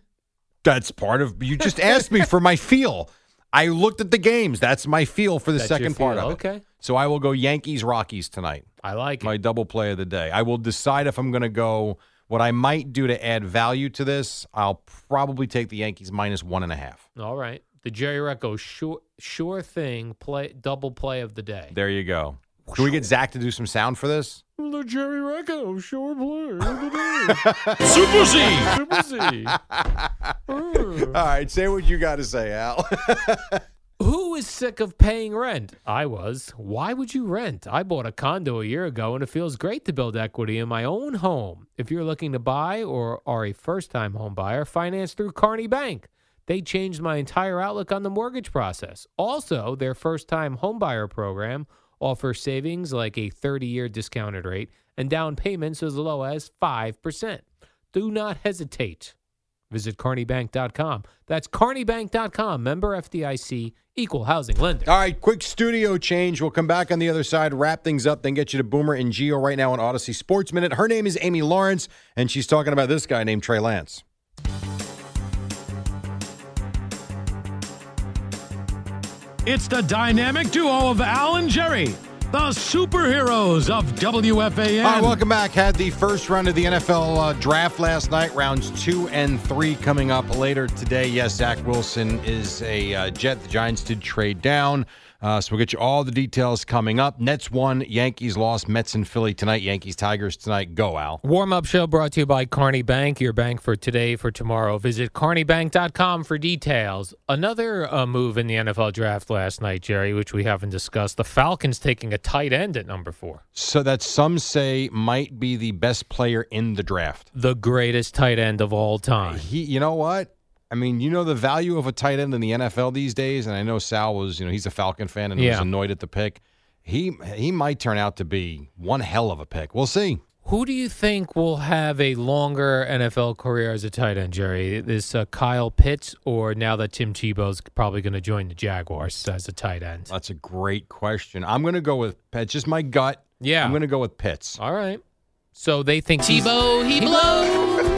C: That's part of you. Just asked me for my feel. I looked at the games. That's my feel for the
B: That's your
C: second part
B: feel.
C: of it.
B: Okay,
C: So I will go Yankees Rockies tonight.
B: I like
C: my
B: it.
C: double play of the day. I will decide if I'm going to go. What I might do to add value to this, I'll probably take the Yankees minus one and a half.
B: All right, the Jerry Recco sure sure thing play double play of the day.
C: There you go. Can we get Zach to do some sound for this?
B: The Jerry Recco sure play of the
C: Super Z.
B: day. Super Z.
C: All right, say what you got to say, Al.
B: Who is sick of paying rent? I was. Why would you rent? I bought a condo a year ago and it feels great to build equity in my own home. If you're looking to buy or are a first time home buyer, finance through Carney Bank. They changed my entire outlook on the mortgage process. Also, their first time home buyer program offers savings like a 30 year discounted rate and down payments as low as 5%. Do not hesitate. Visit carneybank.com. That's carneybank.com. Member FDIC, equal housing lender.
C: All right, quick studio change. We'll come back on the other side, wrap things up, then get you to Boomer and Geo right now on Odyssey Sports Minute. Her name is Amy Lawrence, and she's talking about this guy named Trey Lance.
H: It's the dynamic duo of Al and Jerry, the superheroes of WFAN.
C: All right, welcome back. Had the first round of the NFL uh, draft last night. Rounds two and three coming up later today. Yes, Zach Wilson is a uh, Jet. The Giants did trade down. Uh, so we'll get you all the details coming up. Nets won, Yankees lost, Mets in Philly tonight, Yankees Tigers tonight. Go Al.
B: Warm up show brought to you by Carney Bank, your bank for today, for tomorrow. Visit carneybank.com for details. Another uh, move in the NFL draft last night, Jerry, which we haven't discussed. The Falcons taking a tight end at number four.
C: So that some say might be the best player in the draft.
B: The greatest tight end of all time.
C: He, you know what? I mean, you know the value of a tight end in the NFL these days, and I know Sal was, you know, he's a Falcon fan and he was
B: Yeah.
C: annoyed at the pick. He he might turn out to be one hell of a pick. We'll see.
B: Who do you think will have a longer NFL career as a tight end, Jerry? This uh, Kyle Pitts, or now that Tim Tebow's probably going to join the Jaguars as a tight end?
C: That's a great question. I'm going to go with Pitts. Just my gut.
B: Yeah. Oh,
C: I'm going to go with Pitts.
B: All right. So they think he's-
I: he blows.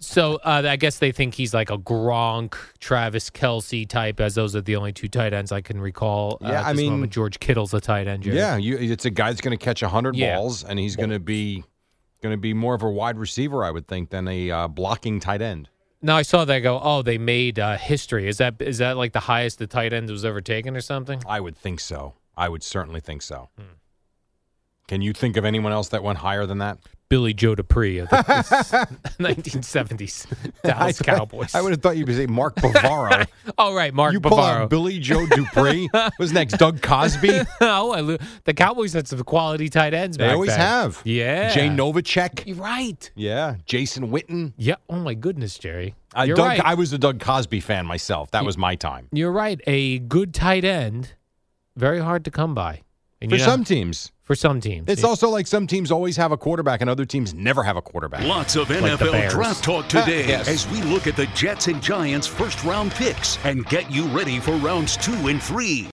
B: So uh, I guess they think he's like a Gronk, Travis Kelsey type, as those are the only two tight ends I can recall. uh,
C: Yeah,
B: at
C: I
B: this
C: mean-
B: moment. George Kittle's a tight end. Jerry.
C: Yeah, you, it's a guy that's going to catch 100
B: Yeah.
C: balls, and he's going to be going to be more of a wide receiver, I would think, than a uh, blocking tight end.
B: Now I saw that I go, oh, they made uh, history. Is that is that like the highest the tight end was ever taken or something?
C: I would think so. I would certainly think so.
B: Hmm.
C: Can you think of anyone else that went higher than that?
B: Billy Joe Dupree of the 1970s Dallas
C: I-
B: Cowboys.
C: I would have thought you'd say Mark Bavaro.
B: Oh right, Mark
C: you pull
B: Bavaro.
C: out Billy Joe Dupree. What's next? Doug Cosby.
B: no, Oh, I lo- the Cowboys had some quality tight ends.
C: They
B: back
C: always
B: then.
C: have.
B: Yeah,
C: Jay Novacek.
B: You're right.
C: Yeah. Jason Witten.
B: Yeah. Oh my goodness, Jerry.
C: Uh,
B: You're
C: Doug,
B: right.
C: I was a Doug Cosby fan myself. That was my time.
B: You're right. A good tight end, very hard to come by. And
C: For
B: you know-
C: some teams.
B: for some teams,
C: It's
B: Yeah.
C: also like some teams always have a quarterback and other teams never have a quarterback.
H: Lots of
C: Like the
H: NFL
C: Bears.
H: draft talk today
C: Yes.
H: as we look at the Jets and Giants first round picks and get you ready for rounds two and three.